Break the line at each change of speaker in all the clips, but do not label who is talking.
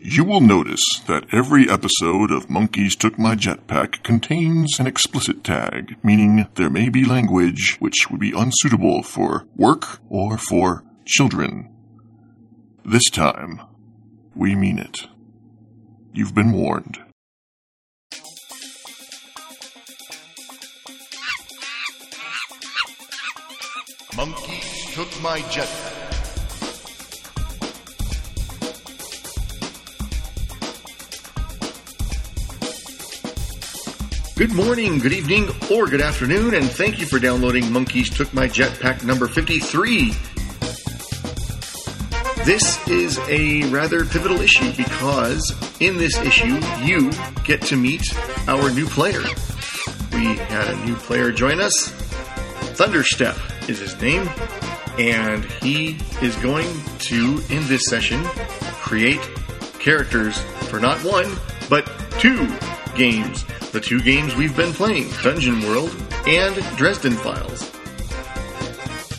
You will notice that every episode of Monkeys Took My Jetpack contains an explicit tag, meaning there may be language which would be unsuitable for work or for children. This time, we mean it. You've been warned.
Monkeys took my jetpack. Good morning, good evening, or good afternoon, and thank you for downloading Monkeys Took My Jetpack number 53. This is a rather pivotal issue because in this issue, you get to meet our new player. We had a new player join us. Thunderstep is his name, and he is going to, in this session, create characters for not one, but two games. The two games we've been playing Dungeon World and Dresden Files.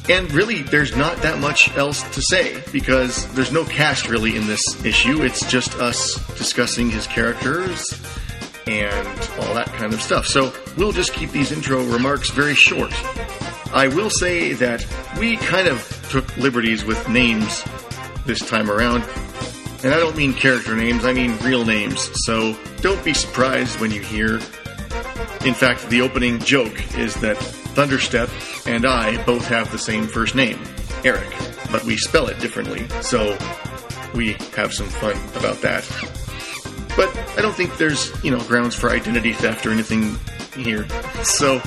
And really, there's not that much else to say because there's no cast really in this issue. It's just us discussing his characters and all that kind of stuff. So we'll just keep these intro remarks very short. I will say that we kind of took liberties with names this time around. And I don't mean character names, I mean real names. So don't be surprised when you hear in fact, the opening joke is that Thunderstep and I both have the same first name, Eric, but we spell it differently, so we have some fun about that. But I don't think there's, you know, grounds for identity theft or anything here, so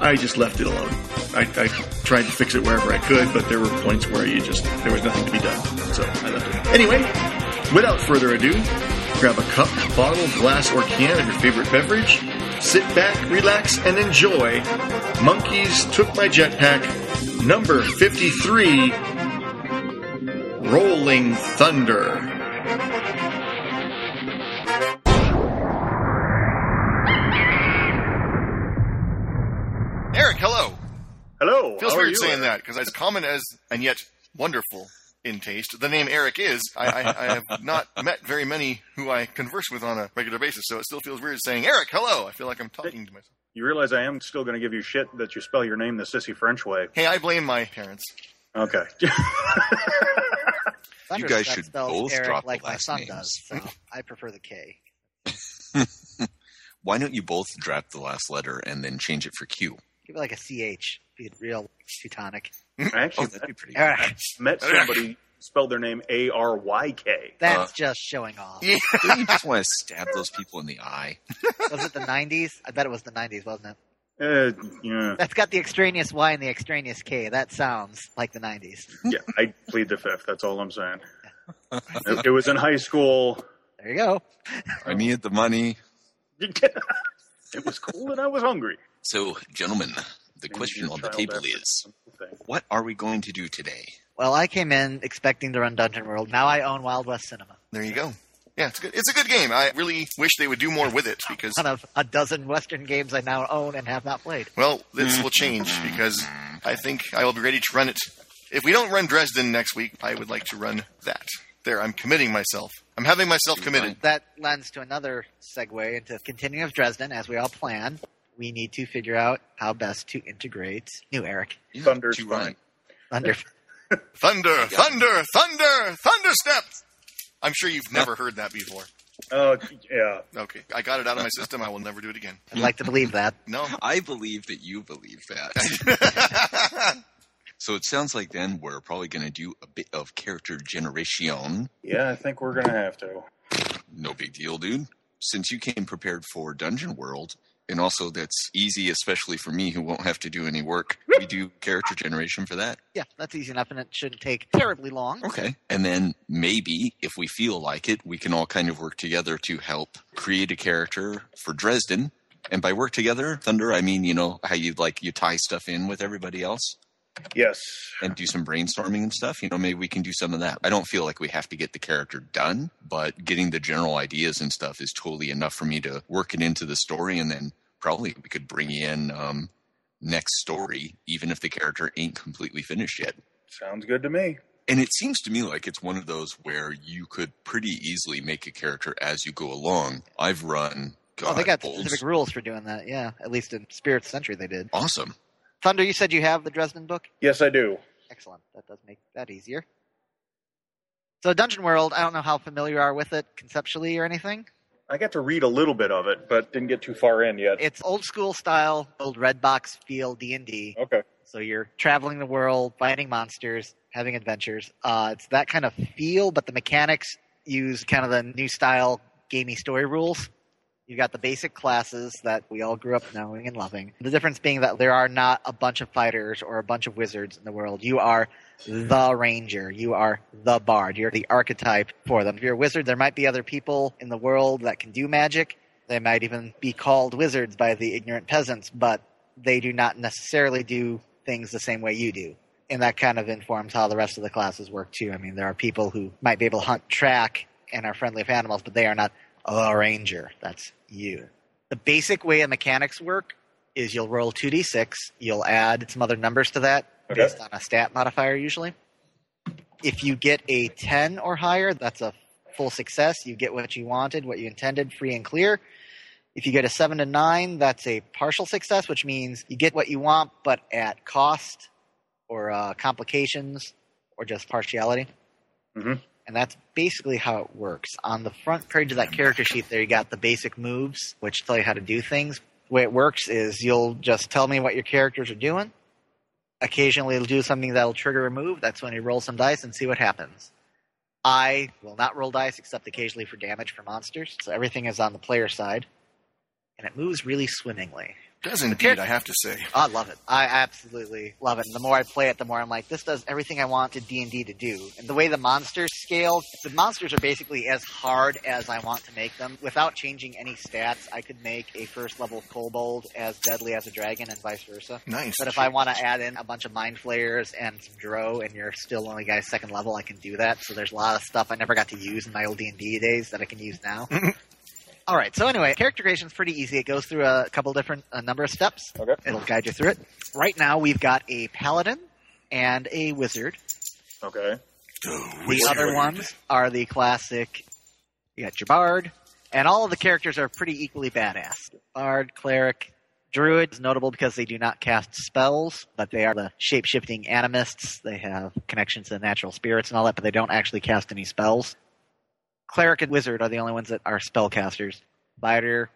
I just left it alone. I, I tried to fix it wherever I could, but there were points where you just, there was nothing to be done, so I left it. Anyway, without further ado, Grab a cup, bottle, glass, or can of your favorite beverage. Sit back, relax, and enjoy. Monkeys Took My Jetpack, number 53 Rolling Thunder.
Eric, hello.
Hello.
Feels
how are
weird
Oh, you?
saying that because as common as and yet wonderful in taste the name Eric is, I, I, I have not met very many who I converse with on a regular basis, so it still feels weird saying Eric, hello. I feel like I'm talking to myself.
You realize I am still going to give you shit that you spell your name the sissy French way.
Hey, I blame my parents.
Okay.
Thunder
You guys
Step
should
spells
both
Eric
drop the
like my
last
son
names.
does, so I prefer the K.
Why don't you both drop the last letter and then change it for Q?
Give it like a CH, be it real Teutonic.
I actually
Oh, that'd be pretty. Good.
Eric,
met somebody spelled their name A R Y K.
that's just showing off.
Yeah.
Don't you just want to stab those people in the eye?
Was it the 90s? I bet it was the 90s, wasn't it?
Uh, yeah,
That's got the extraneous Y and the extraneous K. That sounds like the 90s.
yeah. I plead the fifth. That's all I'm saying. It, it was in high school.
There you go.
I need the money.
it was cool, and I was hungry.
So, gentlemen, the question
Your
on the
child
table
effort
is:
thing.
What are we going to do today?
Well, I came in expecting to run Dungeon World. Now I own Wild West Cinema.
There you go. Yeah, it's good. It's a good game. I really wish they would do more with it because
One of a dozen Western games I now own and have not played.
well, this will change because I think I will be ready to run it. If we don't run Dresden next week, I would like to run that. There, I'm committing myself. I'm having myself committed.
That lends to another segue into continuing of Dresden, as we all plan. We need to figure out how best to integrate new Eric
Yeah,
Thunder's
too
fine.
right.
under
Thunder, thunder, thunder, thunderstep. I'm sure you've never heard that before.
Uh, yeah.
Okay, I got it out of my system. I will never do it again.
I'd like to believe that.
No.
I believe that you believe that. so it sounds like then we're probably going to do a bit of character generation.
Yeah, I think we're gonna have to.
No big deal, dude. Since you came prepared for Dungeon World, and also that's easy, especially for me who won't have to do any work, we do character generation for that.
Yeah, that's easy enough, and it shouldn't take terribly long.
Okay. And then maybe if we feel like it, we can all kind of work together to help create a character for Dresden. And by work together, Thunder, I mean, you know, how you like you tie stuff in with everybody else
Yes.
and do some brainstorming and stuff. You know, maybe we can do some of that. I don't feel like we have to get the character done, but getting the general ideas and stuff is totally enough for me to work it into the story. And then probably we could bring in um, next story, even if the character ain't completely finished yet.
Sounds good to me.
And it seems to me like it's one of those where you could pretty easily make a character as you go along. I've run. God,
oh, they got
Bolt's
specific rules for doing that. Yeah, at least in Spirit Century they did.
Awesome.
Thunder, you said you have the Dresden book.
Yes, I do.
Excellent. That does make that easier. So Dungeon World, I don't know how familiar you are with it conceptually or anything.
I got to read a little bit of it, but didn't get too far in yet.
It's old school style, old red box feel D and D.
Okay.
So you're traveling the world, fighting monsters, having adventures. Uh, it's that kind of feel, but the mechanics use kind of the new style gamey story rules. You've got the basic classes that we all grew up knowing and loving. The difference being that there are not a bunch of fighters or a bunch of wizards in the world. You are the ranger. You are the bard. You're the archetype for them. If you're a wizard, there might be other people in the world that can do magic. They might even be called wizards by the ignorant peasants, but they do not necessarily do things the same way you do. And that kind of informs how the rest of the classes work too. I mean, there are people who might be able to hunt, track, and are friendly with animals, but they are not a ranger. That's you. The basic way the mechanics work is you'll roll 2d6, you'll add some other numbers to that
Okay.
based on a stat modifier usually. If you get a 10 or higher, that's a full success. You get what you wanted, what you intended, free and clear. If you get a 7 to 9, that's a partial success, which means you get what you want, but at cost or uh, complications or just partiality.
Mhm.
And that's basically how it works. On the front page of that character sheet, there you got the basic moves, which tell you how to do things. The way it works is you'll just tell me what your characters are doing. Occasionally, it'll do something that'll trigger a move. That's when you roll some dice and see what happens. I will not roll dice except occasionally for damage for monsters, so everything is on the player side. And it moves really swimmingly.
Does indeed, I have to say.
I love it. I absolutely love it. And the more I play it, the more I'm like, this does everything I wanted D and D to do. And the way the monsters scale, the monsters are basically as hard as I want to make them. Without changing any stats, I could make a first level kobold as deadly as a dragon, and vice versa.
Nice.
But if I want to add in a bunch of mind flayers and some dro, and you're still only guys second level, I can do that. So there's a lot of stuff I never got to use in my old D and D days that I can use now. All right. So anyway, character creation is pretty easy. It goes through a couple different a number of steps.
Okay.
It'll guide you through it. Right now, we've got a paladin and a wizard.
Okay.
The other ones are the classic. You got your bard, and all of the characters are pretty equally badass. Bard, cleric, druid is notable because they do not cast spells, but they are the shape shifting animists. They have connections to the natural spirits and all that, but they don't actually cast any spells. Cleric and wizard are the only ones that are spellcasters. Fighter,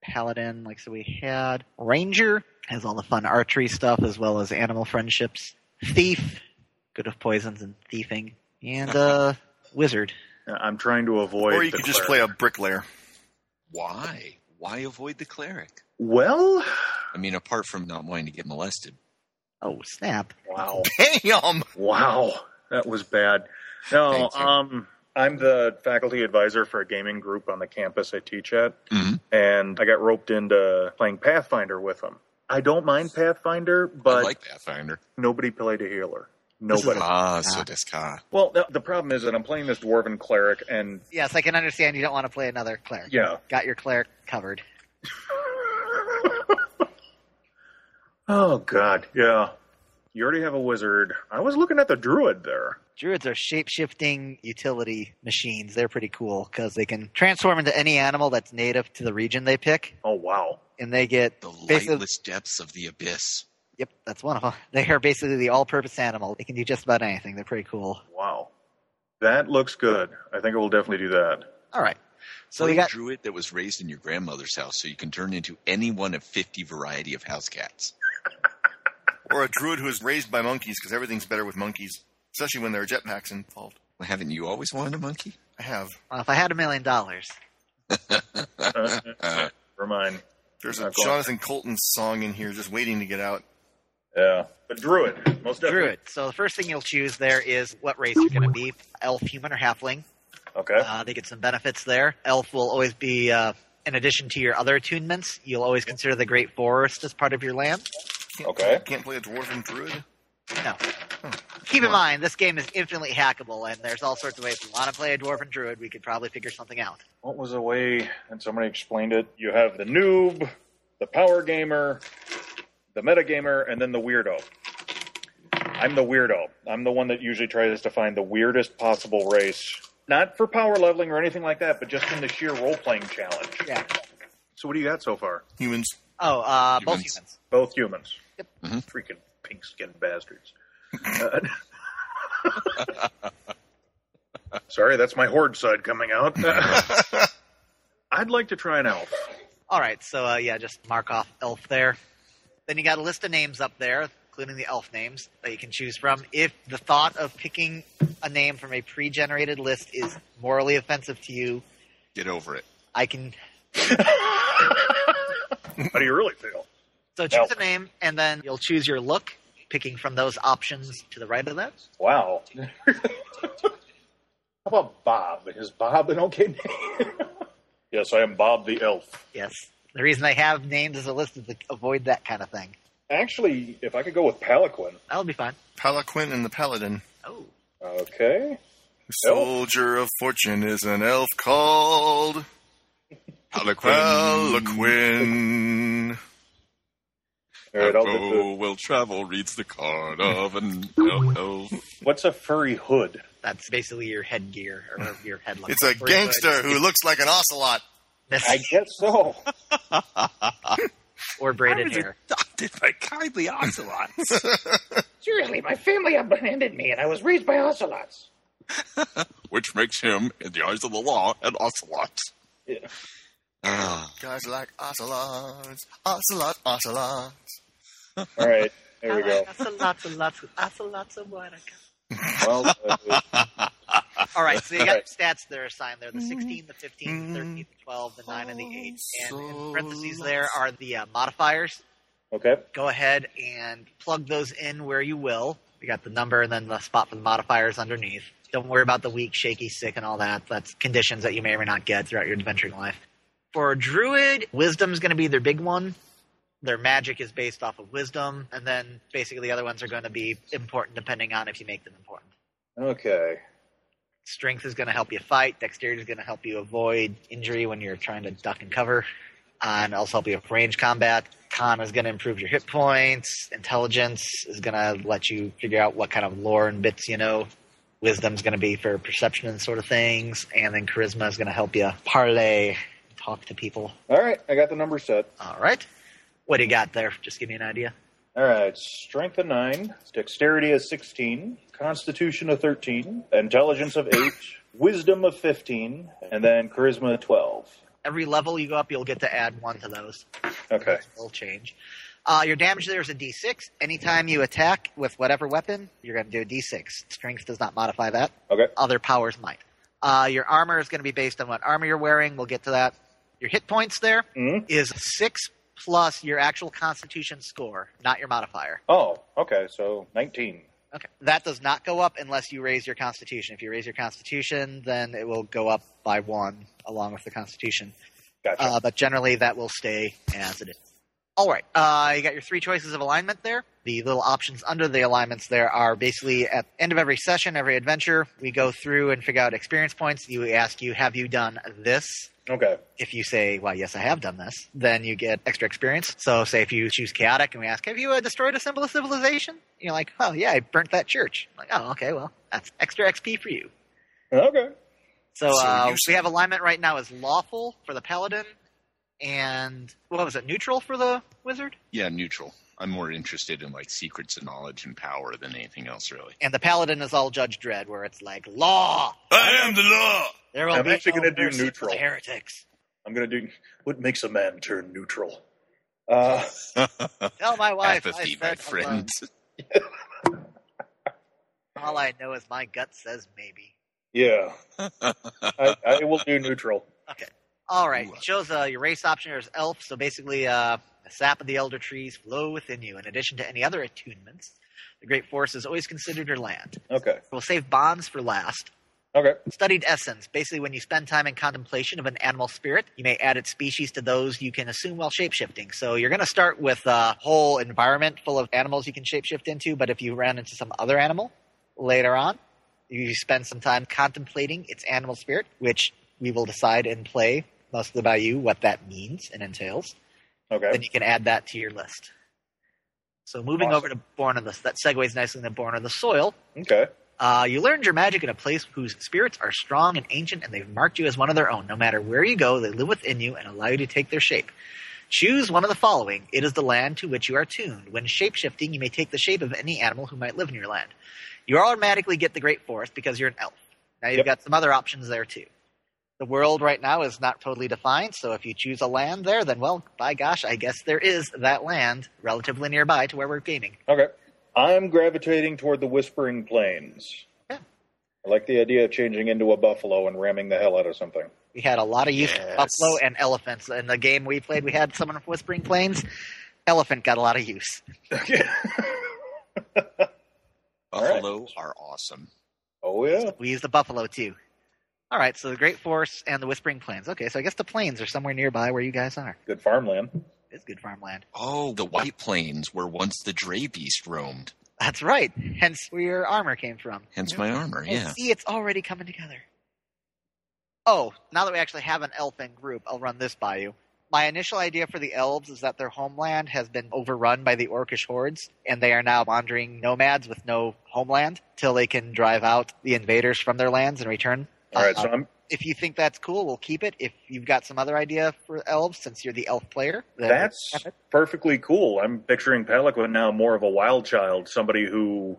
paladin, like so we had. Ranger has all the fun archery stuff as well as animal friendships. Thief, good with poisons and thieving. And uh wizard.
Uh, I'm trying to avoid.
or you
the
could just
cleric.
play a bricklayer.
Why? Why avoid the cleric?
Well,
I mean, apart from not wanting to get molested.
Oh snap.
wow,
Damn!
wow, that was bad. No,
Thank you.
um, I'm the faculty advisor for a gaming group on the campus I teach at,
Mhm.
and I got roped into playing Pathfinder with them. I don't mind Pathfinder,
I
but
like Pathfinder.
nobody played a healer.
This is
Nobody.
Ah, so that's ka.
Well, the, the problem is that I'm playing this dwarven cleric, and
Yes, I can understand you don't want to play another cleric.
yeah,
Got your cleric covered.
oh god, yeah. You already have a wizard. I was looking at the druid there.
Druids are shape shifting utility machines. They're pretty cool because they can transform into any animal that's native to the region they pick,
Oh wow.
and they get
The
Basically-
lightless depths of the abyss.
Yep, that's one of them. They are basically the all-purpose animal. They can do just about anything. They're pretty cool.
Wow. That looks good. I think I will definitely do that.
All right. So
Play
we got
druid that was raised in your grandmother's house, so you can turn into any one of fifty variety of house cats.
Or a druid who is raised by monkeys because everything's better with monkeys, especially when there are jetpacks involved.
Well, haven't you always wanted a monkey?
I have.
well, if I had a million dollars,
Uh,
Uh,
for mine.
There's
Yeah,
a
go on.
Jonathan Colton song in here just waiting to get out.
Yeah. But druid, most definitely.
druid. So the first thing you'll choose there is what race you're going to be: elf, human, or halfling.
Okay.
Uh, they get some benefits there. Elf will always be, uh, in addition to your other attunements, you'll always consider the great forest as part of your land.
Can't,
Okay.
Can't play a dwarven druid.
No. Keep in mind, this game is infinitely hackable, and there's all sorts of ways. If you want to play a dwarf and druid, we could probably figure something out.
what was the way and somebody explained it? You have the noob, the power gamer, the metagamer, and then the weirdo. I'm the weirdo. I'm the one that usually tries to find the weirdest possible race. Not for power leveling or anything like that, but just in the sheer role playing challenge.
Yeah.
So what do you got so far?
Humans.
Oh, uh, both
Humans.
humans.
Both humans.
Yep.
Mhm.
Freaking pink skinned bastards. Uh, Sorry, that's my horde side coming out. I'd like to try an elf.
All right, so uh, yeah, just mark off elf there. Then you got a list of names up there, including the elf names that you can choose from. If the thought of picking a name from a pre-generated list is morally offensive to you,
Get over it.
I can
How do you really feel?
so choose
Elf.
a name, and then you'll choose your look, picking from those options to the right of that.
Wow. How about Bob? Is Bob an okay name? yes, I am Bob the elf.
Yes, the reason I have names as a list is to avoid that kind of thing.
Actually, if I could go with Palaquin.
That'll be fine.
Palaquin and the Paladin.
Oh,
Okay. Elf.
Soldier of fortune is an elf called Palaquin.
All right, I'll do the-
Oh, will travel reads the card of an elf. elf.
What's a furry hood?
that's basically your headgear or your headlock.
It's a gangster who looks like an ocelot.
I guess so.
or braided hair.
Adopted by kindly ocelots.
Seriously, my family abandoned me, and I was raised by ocelots.
which makes him, in the eyes of the law, an ocelot.
Yeah.
Ah,
Guys like ocelots, ocelot, ocelot.
All right, there we go.
That's a lot, a lot, that's a lot of water.
Well, uh,
All right, so you got
All right.
stats that are assigned there: the 16, the 15, the 13, the 12, the 9, and the 8. And in parentheses, there are the uh, modifiers.
okay.
Go ahead and plug those in where you will. We got the number and then the spot for the modifiers underneath. Don't worry about the weak, shaky, sick, and all that. That's conditions that you may or may not get throughout your adventuring life. For a druid, wisdom is going to be their big one. Their magic is based off of wisdom, and then basically the other ones are going to be important depending on if you make them important
Okay.
strength is going to help you fight dexterity is going to help you avoid injury when you're trying to duck and cover uh, and also help you with range combat con is going to improve your hit points intelligence is going to let you figure out what kind of lore and bits you know wisdom's going to be for perception and sort of things and then charisma is going to help you parlay talk to people
All right, I got the number set.
all right what do you got there just give me an idea
All right, strength of nine, dexterity of sixteen, constitution of thirteen, intelligence of eight, wisdom of fifteen, and then charisma of twelve.
every level you go up you'll get to add one to those
Okay.
will change. Uh, your damage there is a d6. Anytime you attack with whatever weapon, you're going to do a d6. Strength does not modify that.
Okay.
Other powers might. Uh, your armor is going to be based on what armor you're wearing. We'll get to that. Your hit points there is
Mhm.
six plus your actual Constitution score, not your modifier.
Oh, okay. So nineteen.
Okay. That does not go up unless you raise your Constitution. If you raise your Constitution, then it will go up by one along with the Constitution
Gotcha.
uh, but generally that will stay as it is. All right, uh, you got your three choices of alignment there. The little options under the alignments there are basically at the end of every session, every adventure, we go through and figure out experience points. You ask you, have you done this?
okay.
If you say, well, yes, I have done this, then you get extra experience. So, say if you choose chaotic and we ask, have you uh, destroyed a symbol of civilization? You're like, oh, yeah, I burnt that church. like, oh, okay, well, that's extra XP for you.
Okay.
So,
So
uh,
you
we have alignment right now is lawful for the paladin, and what was it? Neutral for the wizard,
yeah, neutral. I'm more interested in like secrets and knowledge and power than anything else, really.
and the paladin is all Judge Dredd, where it's like law.
I am the law.
There will
I'm
be
actually
no
gonna do
mercy for
neutral.
the heretics.
I'm gonna do what makes a man turn neutral. Uh,
Tell my wife
Apathy,
I
my
said hello.
friend.
All I know is my gut says maybe.
yeah, I, I will do neutral.
All right,
Ooh.
it shows uh, your race option here is elf. So basically, uh, the sap of the elder trees flow within you. In addition to any other attunements, the great forest is always considered your land.
Okay.
We'll save bonds for last.
Okay.
studied essence. Basically, when you spend time in contemplation of an animal spirit, you may add its species to those you can assume while shapeshifting. So you're going to start with a whole environment full of animals you can shapeshift into, but if you ran into some other animal later on, you spend some time contemplating its animal spirit, which we will decide in play, mostly by you, what that means and entails.
Okay.
Then you can add that to your list. So moving
Awesome.
over to Born on the that segues nicely into Born on the Soil.
Okay.
Uh, you learned your magic in a place whose spirits are strong and ancient, and they've marked you as one of their own. No matter where you go, they live within you and allow you to take their shape. Choose one of the following. It is the land to which you are tuned. When shapeshifting, you may take the shape of any animal who might live in your land. You automatically get the Great Forest because you're an elf. Now you've
Yep.
got some other options there too. The world right now is not totally defined, so if you choose a land there, then well, by gosh, I guess there is that land relatively nearby to where we're gaming.
Okay. I'm gravitating toward the Whispering Plains.
Yeah.
I like the idea of changing into a buffalo and ramming the hell out of something.
We had a lot of use
Yes.
of buffalo and elephants. In the game we played, we had someone from Whispering Plains. Elephant got a lot of use.
All right.
Buffalo are awesome.
oh yeah.
We used the buffalo too. All right, so the Great Forest and the Whispering Plains. Okay, so I guess the plains are somewhere nearby where you guys are.
Good farmland.
It's good farmland.
Oh, the White Plains, where once the Dray Beast roamed.
That's right. Hence where your armor came from.
Hence my armor,
Oh,
yeah.
see, it's already coming together. Oh, now that we actually have an elf in group, I'll run this by you. My initial idea for the elves is that their homeland has been overrun by the orcish hordes, and they are now wandering nomads with no homeland till they can drive out the invaders from their lands and return.
All right.
Uh,
So I'm
if you think that's cool, we'll keep it. If you've got some other idea for elves, since you're the elf player, then
That's perfectly cool. I'm picturing Pelican now more of a wild child, somebody who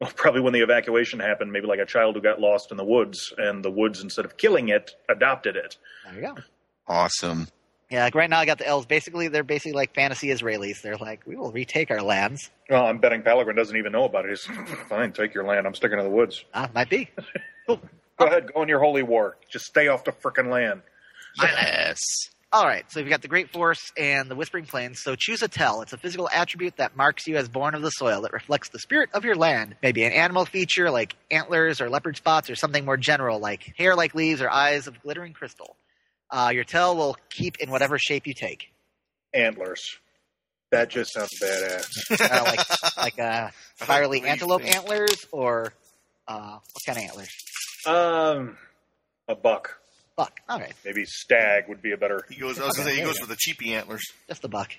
well, probably when the evacuation happened, maybe like a child who got lost in the woods, and the woods instead of killing it, adopted it.
there you go.
Awesome.
Yeah, like right now I got the elves. Basically, they're basically like fantasy Israelis. They're like, we will retake our lands.
Well, I'm betting Pelican doesn't even know about it. He's fine, take your land. I'm sticking to the woods.
Ah, might be.
Go ahead, go in your holy war. Just stay off the frickin' land.
Yes.
All right, so you've got the Great Force and the Whispering Plains. So choose a tell. It's a physical attribute that marks you as born of the soil. It reflects the spirit of your land. Maybe an animal feature like antlers or leopard spots, or something more general like hair like leaves or eyes of glittering crystal. Uh, your tell will keep in whatever shape you take,
Antlers. That just sounds badass.
uh, like like uh, spirally
What do you
antelope
think?
antlers or uh, what kind of antlers?
Um, a buck.
Buck. All right,
Maybe stag would be a better.
He goes. I was gonna say he goes for the cheapy antlers.
just a buck.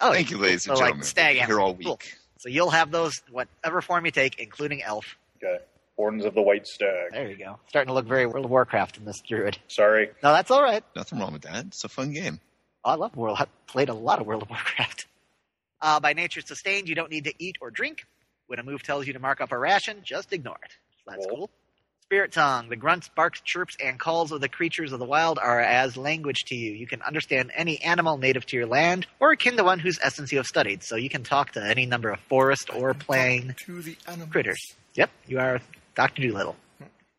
Oh,
Thank you, ladies
so
and
like
gentlemen.
stag
We're
antler.
Here all week.
Cool. So you'll have those whatever form you take, including elf.
Okay. Horns of the White Stag.
There you go. Starting to look very World of Warcraft in this druid.
Sorry.
No, that's all right.
Nothing wrong with that. It's a fun game.
I love World. I played a lot of World of Warcraft. Uh, by nature sustained, you don't need to eat or drink. When a move tells you to mark up a ration, just ignore it. So that's
Cool.
cool. Spirit tongue. The grunts, barks, chirps, and calls of the creatures of the wild are as language to you. You can understand any animal native to your land or akin to one whose essence you have studied. So you can talk to any number of forest or plain
To the animals.
critters. Yep, you are Doctor Doolittle.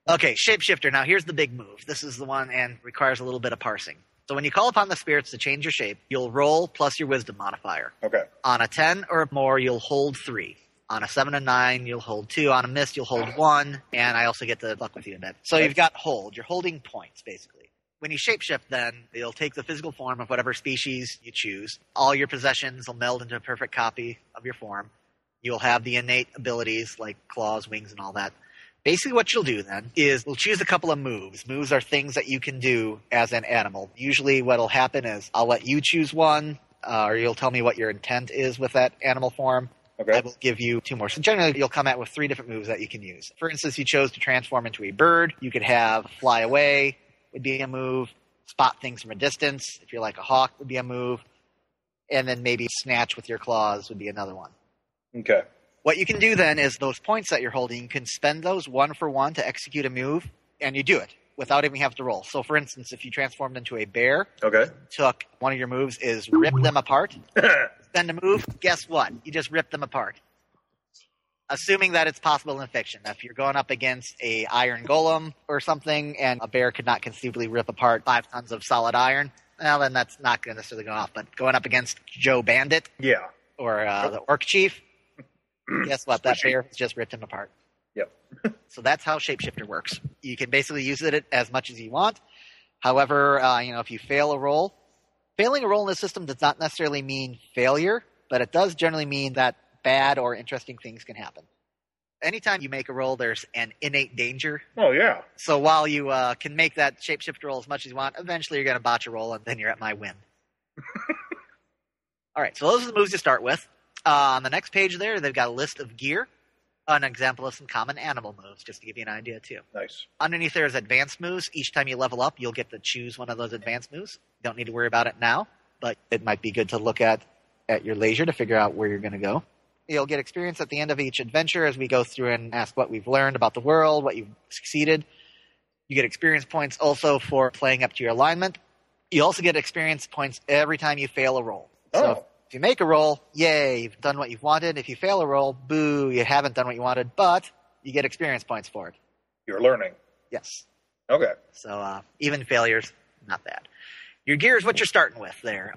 Okay, shapeshifter. Now here's the big move. This is the one and requires a little bit of parsing. So when you call upon the spirits to change your shape, you'll roll plus your wisdom modifier.
Okay.
On a ten or more, you'll hold three. On a seven and nine, you'll hold two. On a miss, you'll hold one. And I also get to luck with you in that. So you've got hold. You're holding points basically. When you shapeshift, then you'll take the physical form of whatever species you choose. All your possessions will meld into a perfect copy of your form. You'll have the innate abilities like claws, wings, and all that. Basically, what you'll do then is we'll choose a couple of moves. Moves are things that you can do as an animal. Usually, what'll happen is I'll let you choose one, uh, or you'll tell me what your intent is with that animal form. I
Okay.
will give you two more. So generally, you'll come out with three different moves that you can use. For instance, you chose to transform into a bird. You could have fly away would be a move. Spot things from a distance. If you're like a hawk, would be a move. And then maybe snatch with your claws would be another one.
Okay.
What you can do then is those points that you're holding, you can spend those one for one to execute a move, and you do it without even having to roll. So, for instance, if you transformed into a bear,
Okay.
took one of your moves is rip them apart, spend a move, guess what? You just rip them apart. Assuming that it's possible in fiction. If you're going up against a iron golem or something, and a bear could not conceivably rip apart five tons of solid iron, well, then that's not going to necessarily go off. But going up against Joe Bandit,
yeah.
or uh, the orc chief. Guess what? That bear has just ripped him apart.
Yep.
So that's how shapeshifter works. You can basically use it as much as you want. However, uh, you know if you fail a roll, failing a roll in the system does not necessarily mean failure, but it does generally mean that bad or interesting things can happen. Anytime you make a roll, there's an innate danger.
Oh yeah.
So while you uh, can make that shapeshift roll as much as you want, eventually you're going to botch a roll, and then you're at my whim. All right, so those are the moves to start with. Uh, on the next page there, they've got a list of gear, an example of some common animal moves, just to give you an idea too.
Nice.
Underneath there is advanced moves. Each time you level up, you'll get to choose one of those advanced moves. Don't need to worry about it now, but it might be good to look at at your leisure to figure out where you're going to go. You'll get experience at the end of each adventure as we go through and ask what we've learned about the world, what you've succeeded. You get experience points also for playing up to your alignment. You also get experience points every time you fail a roll. So
Oh.
if you make a roll, yay, you've done what you've wanted. If you fail a roll, boo, you haven't done what you wanted, but you get experience points for it.
You're learning.
Yes.
Okay.
So uh, even failures, not bad. Your gear is what you're starting with there.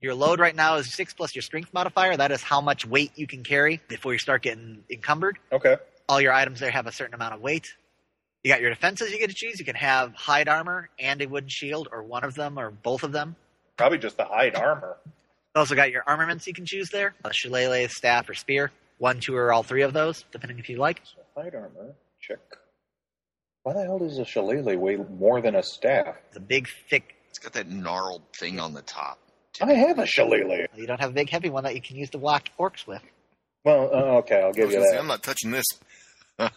Your load right now is six plus your strength modifier. That is how much weight you can carry before you start getting encumbered.
Okay.
All your items there have a certain amount of weight. You got your defenses you get to choose. You can have hide armor and a wooden shield, or one of them, or both of them.
Probably just the hide armor.
You also got your armaments you can choose there a shillelagh, staff, or spear. One, two, or all three of those, depending if you like.
So hide armor. Check. Why the hell does a shillelagh weigh more than a staff?
It's a big, thick.
It's got that gnarled thing on the top.
I have a shillelagh.
You don't have a big, heavy one that you can use to block orcs with.
Well, uh, okay, I'll
I
give
was
you
gonna say,
that.
I'm not touching this.
All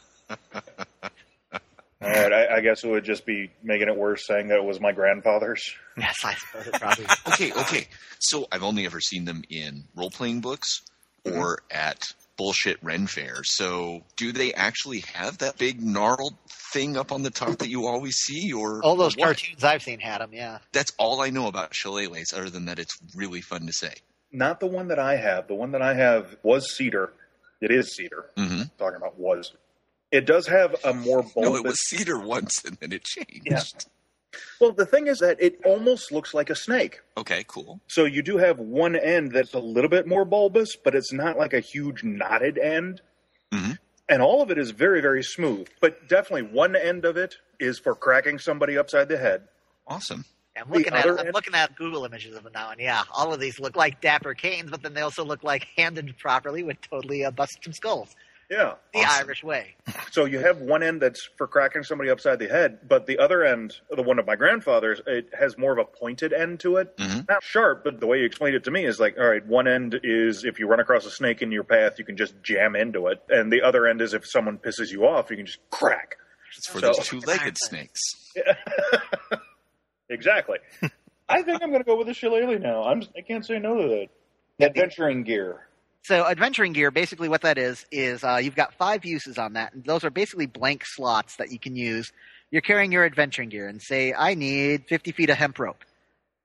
right, I, I guess it would just be making it worse saying that it was my grandfather's.
Yes, I suppose it probably
Okay, okay. So I've only ever seen them in role playing books or at bullshit Ren Fair. So do they actually have that big gnarled thing up on the top that you always see? Or
All those
or what?
cartoons I've seen had them, yeah.
That's all I know about shillelaghs, other than that it's really fun to say.
Not the one that I have. The one that I have was cedar. It is cedar.
hmm
Talking about was. It does have a more bulbous.
No, it was cedar once, and then it changed.
Yeah. Well, the thing is that it almost looks like a snake.
Okay, cool.
So you do have one end that's a little bit more bulbous, but it's not like a huge knotted end.
Mhm.
And all of it is very, very smooth. But definitely one end of it is for cracking somebody upside the head.
Awesome.
I'm looking at
other
I'm
end-
looking at Google images of them now, and yeah, all of these look like dapper canes, but then they also look like handed properly with totally uh, busted some skulls.
Yeah.
The
Awesome.
Irish way.
So you have one end that's for cracking somebody upside the head, but the other end, the one of my grandfather's, it has more of a pointed end to it.
Mhm.
Not sharp, but the way you explained it to me is like, all right, one end is if you run across a snake in your path, you can just jam into it, and the other end is if someone pisses you off, you can just crack.
It's for
So-
those two-legged snakes.
Exactly. I think I'm going to go with the shillelagh now. I'm, I can't say no to that. Adventuring gear.
So adventuring gear, basically what that is, is uh, you've got five uses on that, and those are basically blank slots that you can use. You're carrying your adventuring gear, and say, I need 50 feet of hemp rope.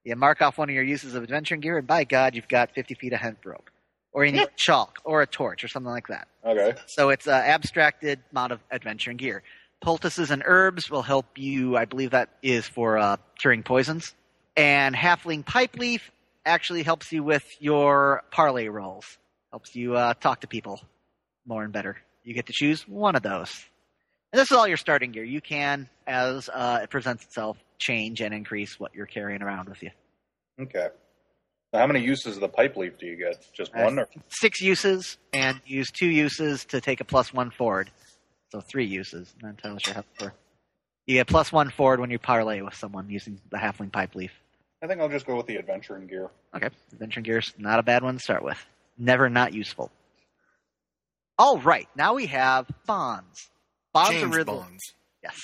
You mark off one of your uses of adventuring gear, and by God, you've got 50 feet of hemp rope. Or you need chalk, or a torch, or something like that.
Okay.
So it's an abstracted amount of adventuring gear. Poultices and herbs will help you. I believe that is for uh, curing poisons. And halfling pipe leaf actually helps you with your parlay rolls. Helps you uh, talk to people more and better. You get to choose one of those. And this is all your starting gear. You can, as uh, it presents itself, change and increase what you're carrying around with you.
Okay. Now, How many uses of the pipe leaf do you get? Just one? Or,
Six uses, and use two uses to take a plus one forward. So three uses, and then tell us your health score. You get plus one forward when you parlay with someone using the halfling pipe leaf.
I think I'll just go with the adventuring gear.
Okay, adventure gear's not a bad one to start with. Never not useful. All right, now we have bonds. Bonds are
James
where the-
Bonds.
yes.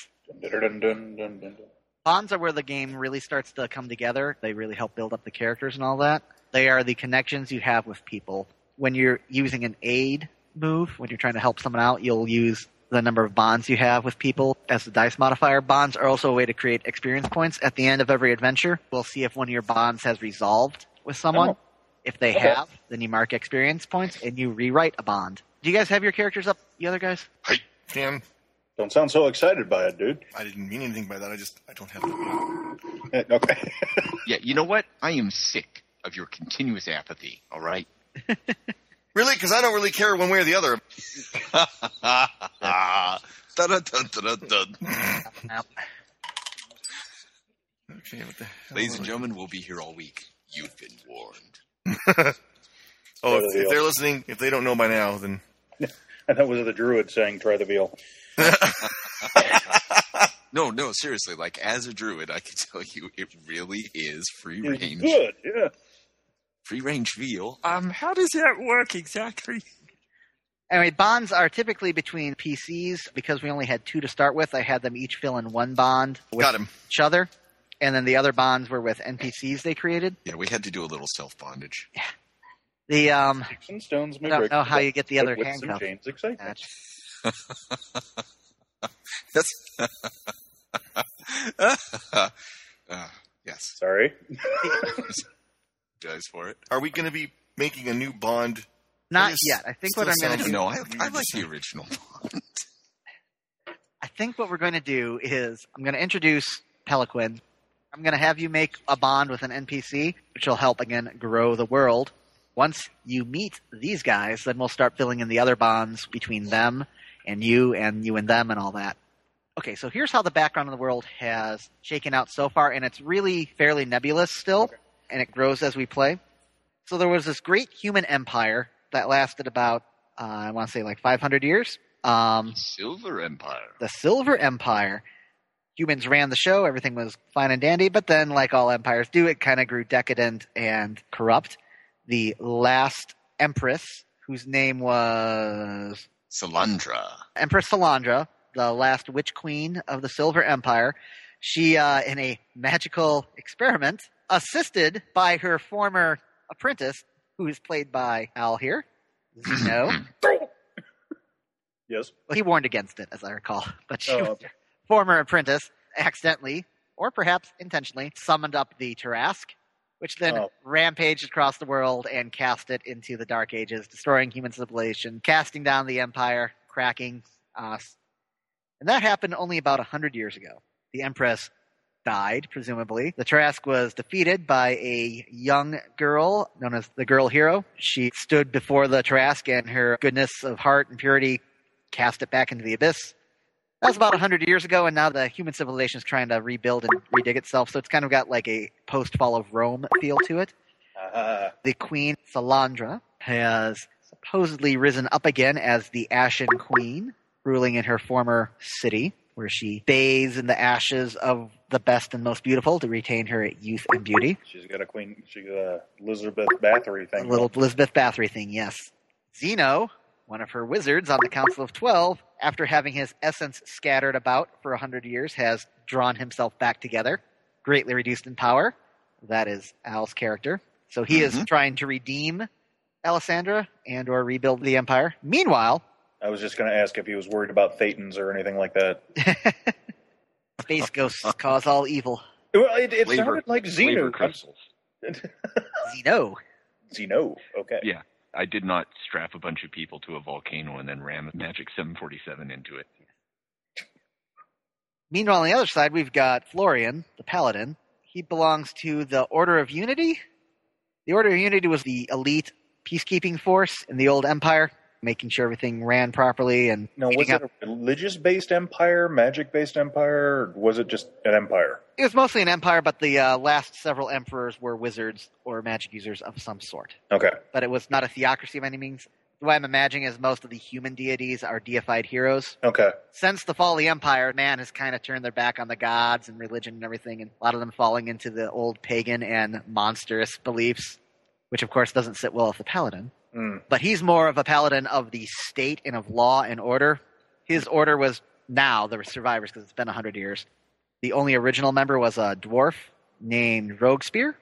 Dun-dun-dun-dun-dun-dun.
Bonds are where the game really starts to come together. They really help build up the characters and all that. They are the connections you have with people. When you're using an aid move, when you're trying to help someone out, you'll use the number of bonds you have with people as the dice modifier. Bonds are also a way to create experience points. At the end of every adventure, we'll see if one of your bonds has resolved with someone.
Oh.
If they
Okay.
have, then you mark experience points and you rewrite a bond. Do you guys have your characters up, the other guys?
Damn,
Don't sound so excited by it, dude.
I didn't mean anything by that. I just I don't have that.
Eh, Okay.
Yeah, you know what? I am sick of your continuous apathy. All right.
Really? Because I don't really care one way or the other.
Dun-dun-dun-dun-dun.
No.
Okay, what the hell
Ladies
was
and
it?
gentlemen, we'll be here all week. You've been warned.
Oh, if, if they're listening, if they don't know by now, then
and that was the druid saying, try the veal.
No, no, seriously. Like as a druid, I can tell you, it really is free
It's
range.
good, yeah.
free range veal. Um, how does that work exactly?
Anyway, bonds are typically between PCs because we only had two to start with. I had them each fill in one bond with
Got him.
each other, and then the other bonds were with NPCs they created.
Yeah, we had to do a little self bondage.
The um,
Sticks and stones may
I don't
break
know how
but-
you get the
but
other
whips and
handcuff.
chains excite me.
match.
That's. uh, yes,
Sorry.
apologize for it.
Are we going to be making a new Bond?
Not
Yes.
yet. I think
Still
what I'm
I
going to
sounds-
don't
do.
know. I, I like the original Bond.
I think what we're going to do is I'm going to introduce Peliquin. I'm going to have you make a bond with an NPC, which will help again grow the world. Once you meet these guys, then we'll start filling in the other bonds between them and you and you and them and all that. Okay, so here's how the background of the world has shaken out so far, and it's really fairly nebulous still, and it grows as we play. So there was this great human empire that lasted about, uh, I want to say like 500 years. Um,
Silver Empire.
the Silver Empire. Humans ran the show, everything was fine and dandy, but then, like all empires do, it kind of grew decadent and corrupt. The last empress, whose name was
Salandra.
Empress Salandra, the last witch queen of the Silver Empire, she, uh, in a magical experiment, assisted by her former apprentice, who is played by Al here, Zeno.
Yes.
well, he warned against it, as I recall, but she
Oh,
was
okay.
former apprentice accidentally or perhaps intentionally summoned up the Tarask, which then
Oh.
rampaged across the world and cast it into the Dark Ages, destroying human civilization, casting down the empire, cracking us. And that happened only about 100 years ago. The Empress died, presumably. The Tarask was defeated by a young girl known as the Girl Hero. She stood before the Tarask, and her goodness of heart and purity cast it back into the abyss. That was about 100 years ago, and now the human civilization is trying to rebuild and redig itself, so it's kind of got like a post fall of Rome feel to it.
Ah,
The Queen Salandra has supposedly risen up again as the Ashen Queen, ruling in her former city, where she bathes in the ashes of the best and most beautiful to retain her youth and beauty.
she's got a queen. She's got a Elizabeth Bathory
A
thing.
little Elizabeth Bathory thing, yes. Zeno, one of her wizards on the Council of Twelve, after having his essence scattered about for a hundred years, has drawn himself back together, greatly reduced in power. That is Al's character. So he is
Mhm.
trying to redeem Alessandra and or rebuild the empire. Meanwhile,
I was just going to ask if he was worried about Thetans or anything like that.
space ghosts cause all evil.
Well, it, it
Flavor-
sounded like
Flavor
Xeno.
crystals.
Zeno.
Xeno. Okay.
Yeah. I did not strap a bunch of people to a volcano and then ram a magic 747 into it.
Meanwhile, on the other side, we've got Florian, the paladin. He belongs to the Order of Unity. The Order of Unity was the elite peacekeeping force in the old empire, making sure everything ran properly and
Now, was
meeting
it
up.
a religious based empire, magic based empire, or was it just an empire?
It was mostly an empire, but the uh, last several emperors were wizards or magic users of some sort.
Okay.
But it was not a theocracy by any means. What I'm imagining is most of the human deities are deified heroes.
Okay.
Since the fall of the empire, man has kind of turned their back on the gods and religion and everything, and a lot of them falling into the old pagan and monstrous beliefs, which of course doesn't sit well with the paladin.
Mm.
But he's more of a paladin of the state and of law and order. His order was now the survivors because it's been 100 years. The only original member was a dwarf named Rogue Spear.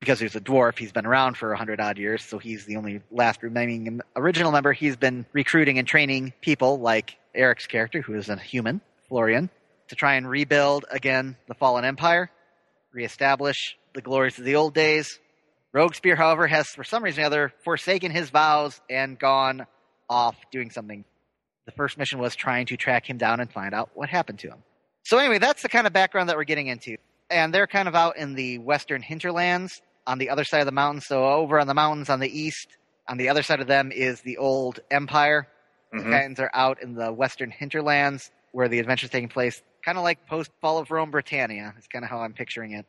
Because he was a dwarf, he's been around for 100 odd years, so he's the only last remaining original member. He's been recruiting and training people like Eric's character, who is a human, Florian, to try and rebuild again the fallen empire, reestablish the glories of the old days. Rogue Spear, however, has for some reason or other forsaken his vows and gone off doing something. The first mission was trying to track him down and find out what happened to him. So anyway, that's the kind of background that we're getting into. And they're kind of out in the western hinterlands on the other side of the mountains. So over on the mountains on the east, on the other side of them is the old empire.
Mhm.
The Titans are out in the western hinterlands where the adventure's taking place, kind of like post fall of Rome Britannia. It's kind of how I'm picturing it.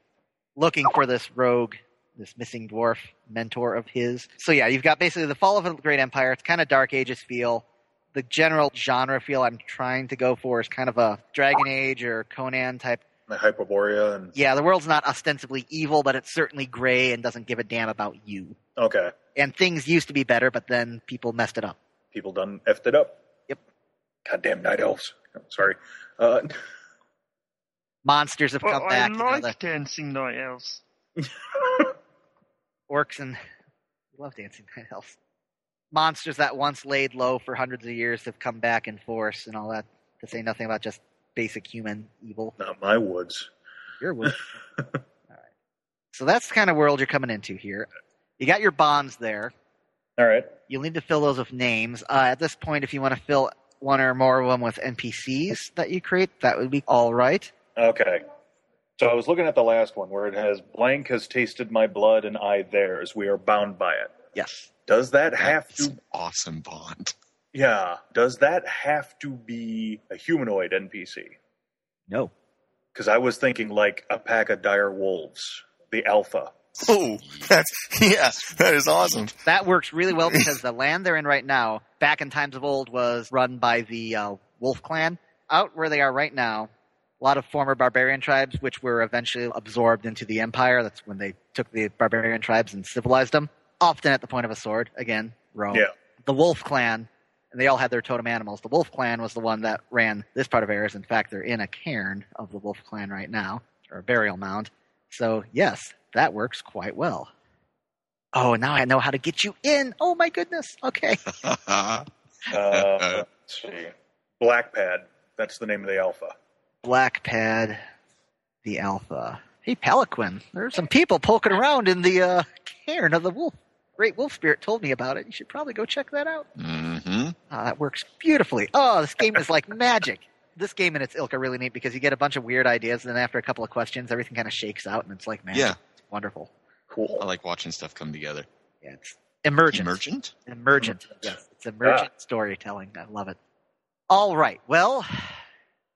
Looking for this rogue, this missing dwarf mentor of his. So yeah, you've got basically the fall of a great empire. It's kind of Dark Ages feel. The general genre feel I'm trying to go for is kind of a Dragon Age or Conan type
the Hyperborea and
Yeah, the world's not ostensibly evil, but it's certainly gray and doesn't give a damn about you.
okay,
And things used to be better, but then people messed it up.
people done effed it up.
Yep.
Goddamn night elves. Oh, sorry. Uh,
Monsters have
But
come
I
back. you know,
like
the
dancing night elves.
orcs and we love dancing night elves. Monsters that once laid low for hundreds of years have come back in force and all that. To say nothing about just basic human evil.
not my woods.
Your wood. all right. So that's the kind of world you're coming into here. You got your bonds there.
All right.
You'll need to fill those with names. Uh, at this point, if you want to fill one or more of them with NPCs that you create, that would be all right.
Okay. So I was looking at the last one where it has blank has tasted my blood and I theirs. We are bound by it.
Yes.
Does that have
That's
to
an awesome bond.
Yeah, does that have to be a humanoid NPC?
No.
Cuz I was thinking like a pack of dire wolves, the alpha.
Oh, that's yeah, that is awesome.
That works really well because the land they're in right now, back in times of old, was run by the uh, Wolf Clan. Out where they are right now, a lot of former barbarian tribes, which were eventually absorbed into the Empire. That's when they took the barbarian tribes and civilized them, often at the point of a sword. Again, Rome.
Yeah.
The Wolf Clan, and they all had their totem animals. The Wolf Clan was the one that ran this part of Ares. In fact, they're in a cairn of the Wolf Clan right now, or a burial mound. So, yes, that works quite well. Oh, now I know how to get you in. Oh, my goodness. Okay.
Uh, let's see. Blackpad, that's the name of the alpha.
Blackpad, the Alpha. Hey, Peliquin, there are some people poking around in the uh, cairn of the wolf. Great Wolf Spirit told me about it. You should probably go check that out.
hmm
Ah, that works beautifully. Oh, this game is like magic. This game and its ilk are really neat because you get a bunch of weird ideas, and then after a couple of questions, everything kind of shakes out, and it's like magic.
Yeah,
It's wonderful.
Cool.
I like watching stuff come together.
Yeah, it's emergent.
Emergent?
Emergent.
Emergent.
Yes, it's emergent storytelling. I love it. All right. Well,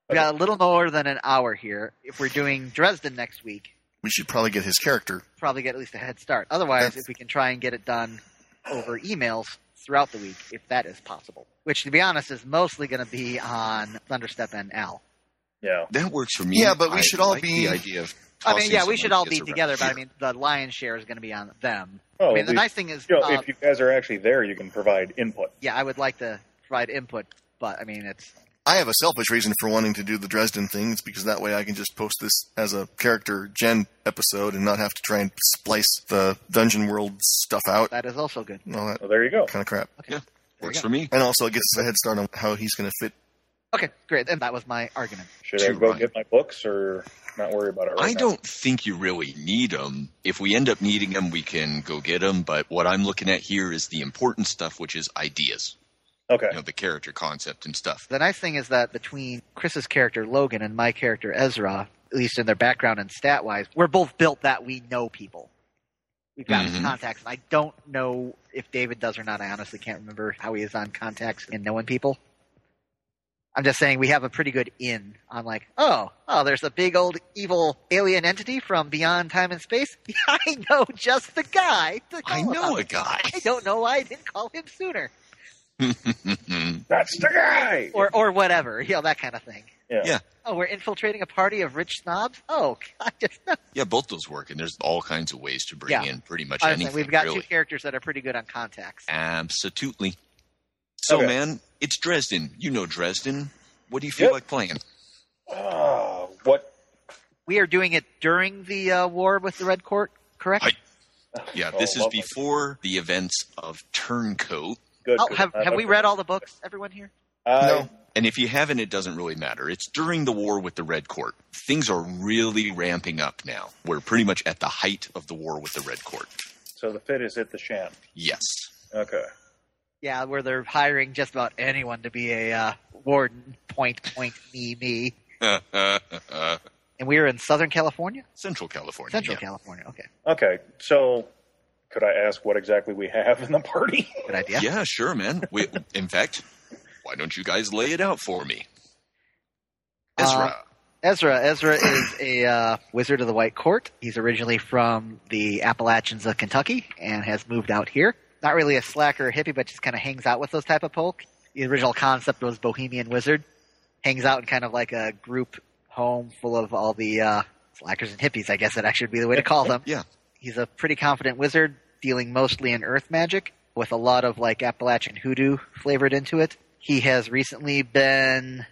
we got a little more than an hour here. If we're doing Dresden next week,
We should probably get his character.
probably get at least a head start. Otherwise, if we can try and get it done over emails throughout the week, if that is possible, which to be honest is mostly going to be on Thunderstep and Al.
Yeah.
That works for me.
Yeah, but we
I
should all
like
be-
The idea of
I mean,
tossing
yeah, we
someone
should all
who
be
gets around.
together, but I mean, the lion's share is going to be on them.
Oh,
I mean, the
we-
nice thing is,
you know,
uh,
if you guys are actually there, you can provide input.
yeah, I would like to provide input, but I mean, it's
I have a selfish reason for wanting to do the Dresden thing. It's because that way I can just post this as a character gen episode and not have to try and splice the dungeon world stuff out
that is also good.
and all that
Well, there you go.
kind of crap.
There
Works
you go.
for me.
And also, it gets us a head start on how he's going to fit.
Okay, great. And that was my argument.
Should I
Too
go
right.
get my books or not worry about it right
I
now?
don't think you really need them. If we end up needing them, we can go get them. But what I'm looking at here is the important stuff, which is ideas,
Okay.
you know, the character concept and stuff.
The nice thing is that between Chris's character Logan and my character Ezra, at least in their background and stat wise, we're both built that we know people. We've got
Mhm.
contacts, and I don't know if David does or not. I honestly can't remember how he is on contacts and knowing people. I'm just saying we have a pretty good in on like, oh, oh, there's a big old evil alien entity from beyond time and space. I know just the guy. to
I
call
know
Oh, about.
a guy.
I don't know why I didn't call him sooner,
That's the guy.
or or whatever, you know, that kind of thing.
yeah.
Yeah.
Oh, we're infiltrating a party of rich snobs. Oh, I just
yeah, both those work, and there's all kinds of ways to bring
Yeah.
in pretty much
honestly,
anything.
we've got
really.
two characters that are pretty good on contacts.
Absolutely. So,
Okay.
man, it's Dresden. You know Dresden. What do you feel
Yep.
like playing?
Ah, what?
We are doing it during the uh, war with the Red Court, correct?
I- Yeah,
Oh,
this is
lovely.
before the events of Turncoat.
Good.
oh,
good.
have, have we read all the books? Everyone here?
I,
No.
And if you haven't, it doesn't really matter. It's during the war with the Red Court. Things are really ramping up now. We're pretty much at the height of the war with the Red Court.
So the fit is hit the sham.
Yes.
Okay.
Yeah, where they're hiring just about anyone to be a uh, warden. Point, point, me, me. And we are in Southern California,
Central California.
Central
yeah.
California. Okay,
Okay. So could I ask what exactly we have in the party?
good idea.
Yeah, sure, man. We, in fact, why don't you guys lay it out for me? Ezra.
Ezra. Ezra is a uh, wizard of the White Court. He's originally from the Appalachians of Kentucky and has moved out here. Not really a slacker or hippie, but just kind of hangs out with those type of folk. The original concept was Bohemian Wizard. Hangs out in kind of like a group home full of all the uh, slackers and hippies. I guess that actually would be the way to call them.
Yeah.
he's a pretty confident wizard, dealing mostly in earth magic with a lot of like Appalachian hoodoo flavored into it. He has recently been,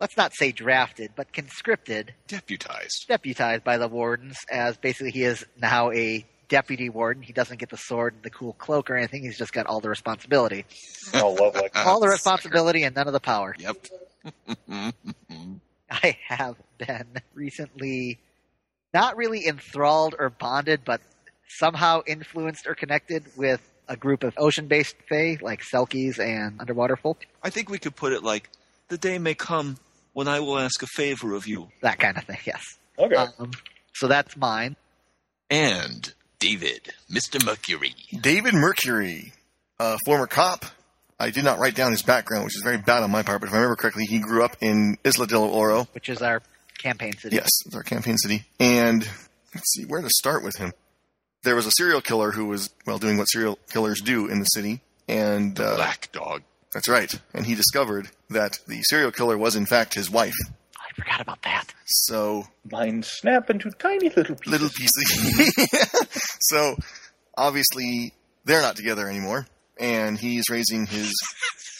let's not say drafted, but conscripted,
Deputized.
deputized by the wardens as basically he is now a deputy warden. He doesn't get the sword, the cool cloak, or anything. He's just got all the responsibility,
Oh, lovely.
all the
Ah,
responsibility, and none of the power.
Yep.
I have been recently not really enthralled or bonded, but somehow influenced or connected with a group of ocean based fae, like Selkies and underwater folk,
I think we could put it like the day may come when I will ask a favor of you.
that kind of thing, yes.
Okay.
Um, so that's mine.
And David, Mr. Mercury.
David Mercury, a former cop. I did not write down his background, which is very bad on my part, but if I remember correctly, he grew up in Isla de Oro.
which is our campaign city.
Yes, it's our campaign city. And let's see, where to start with him? There was a serial killer who was, well, doing what serial killers do in the city. And uh,
Black dog.
that's right. And he discovered that the serial killer was, in fact, his wife.
I forgot about that.
So
Mine snap into tiny little pieces.
little pieces. so obviously they're not together anymore, and he's raising his.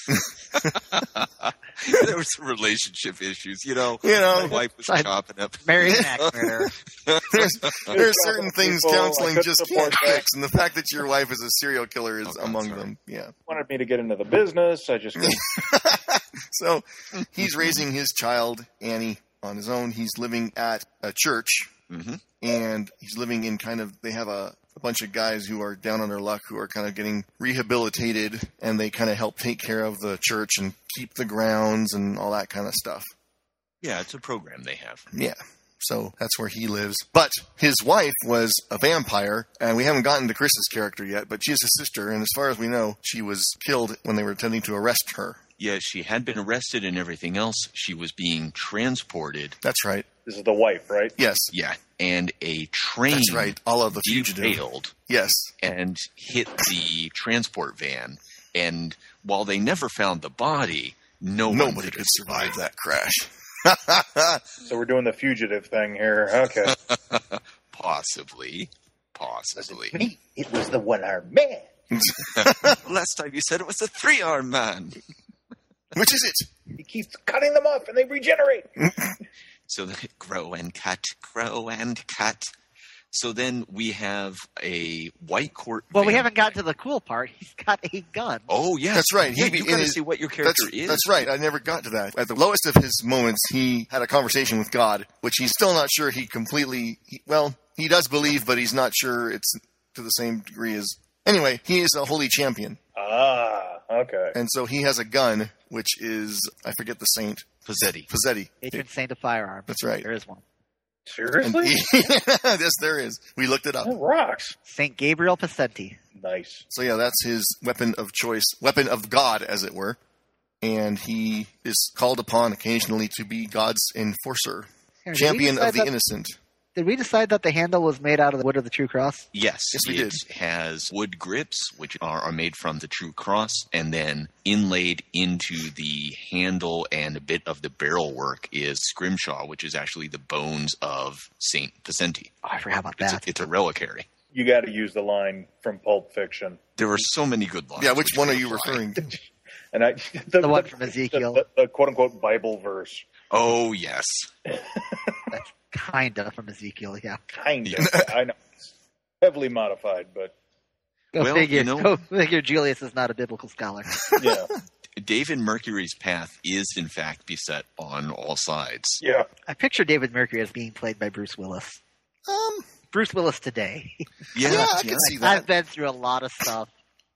there were some relationship issues, you know.
You know.
my wife was
I-
chopping up.
Mary Mac murder.
There's there's certain
People,
things
I
counseling
couldn't
just
support
can't
that.
fix, and the fact that your wife is a serial killer is
Oh, I'm
among
sorry.
them. Yeah.
wanted me to get into the business. I just
So he's raising his child Annie on his own. He's living at a church
hmm
and he's living in kind of they have a, a bunch of guys who are down on their luck who are kind of getting rehabilitated and they kind of help take care of the church and keep the grounds and all that kind of stuff
Yeah, it's a program they have.
yeah so that's where he lives but his wife was a vampire and we haven't gotten to chris's character yet but she is his sister and as far as we know she was killed when they were attempting to arrest her
Yeah, she had been arrested and everything else. She was being transported.
that's right
this is the wife, right?
yes
Yeah, and a train
that's right all of the fugitive
derailed.
yes
and hit the transport van. And while they never found the body, no one
nobody could survive that crash
So we're doing the fugitive thing here. Okay.
Possibly, possibly.
Me, it was the one armed man.
Last time you said it was a three-arm man.
which is it
He keeps cutting them off and they regenerate.
So they grow and cut, grow and cut. So then we have a white court.
Well, we
van-
haven't gotten to the cool part. He's got a gun.
Oh yeah,
That's right.
Yeah,
He-
you gotta
in his-
see what your character
That's,
is.
that's right. I never got to that. At the lowest of his moments, he had a conversation with God, which he's still not sure he completely. He, well, he does believe, but he's not sure it's to the same degree as. Anyway, he is a holy champion,
Ah. Okay.
and so he has a gun, which is I forget the saint
Pizzetti.
Pizzetti.
Patron saint of firearms.
That's right.
There is one.
And
Seriously?
he- yes, there is. We looked it up.
That rocks.
Saint Gabriel Pacenti.
Nice.
So yeah, that's his weapon of choice, weapon of God, as it were. And he is called upon occasionally to be God's enforcer,
Here, did we
champion
decide
of the
that-
innocent.
Did we decide that the handle was made out of the wood of the true cross?
Yes,
Yes, we
it has wood grips, which are, are made from the true cross, and then inlaid into the handle and a bit of the barrel work is scrimshaw, which is actually the bones of Saint Pacenti.
Oh, I forgot about
It's,
that.
it's a reliquary.
You got to use the line from Pulp Fiction,
There are so many good lines.
Yeah, which one are you
apply.
referring to?
and I the,
The one from Ezekiel.
the, the quote unquote Bible verse,
Oh yes,
Kind of from Ezekiel, yeah.
kind of. I know, heavily modified, but
Go
Well,
figure.
you know-
go figure. Julius is not a biblical scholar.
yeah,
David Mercury's path is in fact beset on all sides.
yeah.
I picture David Mercury as being played by Bruce Willis.
Um,
Bruce Willis today.
Yeah,
Yeah, I can see that.
I've been through a lot of stuff.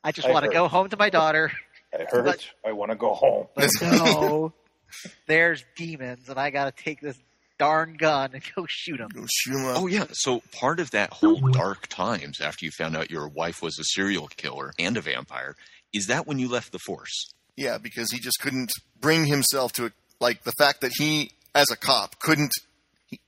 I just
I
want to
heard.
go home to my daughter.
It hurts. I want to go home.
But no, there's demons, and I got to take this darn gun and go shoot them.
Go shoot 'em up.
Oh yeah, so part of that whole dark times after you found out your wife was a serial killer and a vampire is that when you left the force.
Yeah, because he just couldn't bring himself to like the fact that he, as a cop, couldn't. He,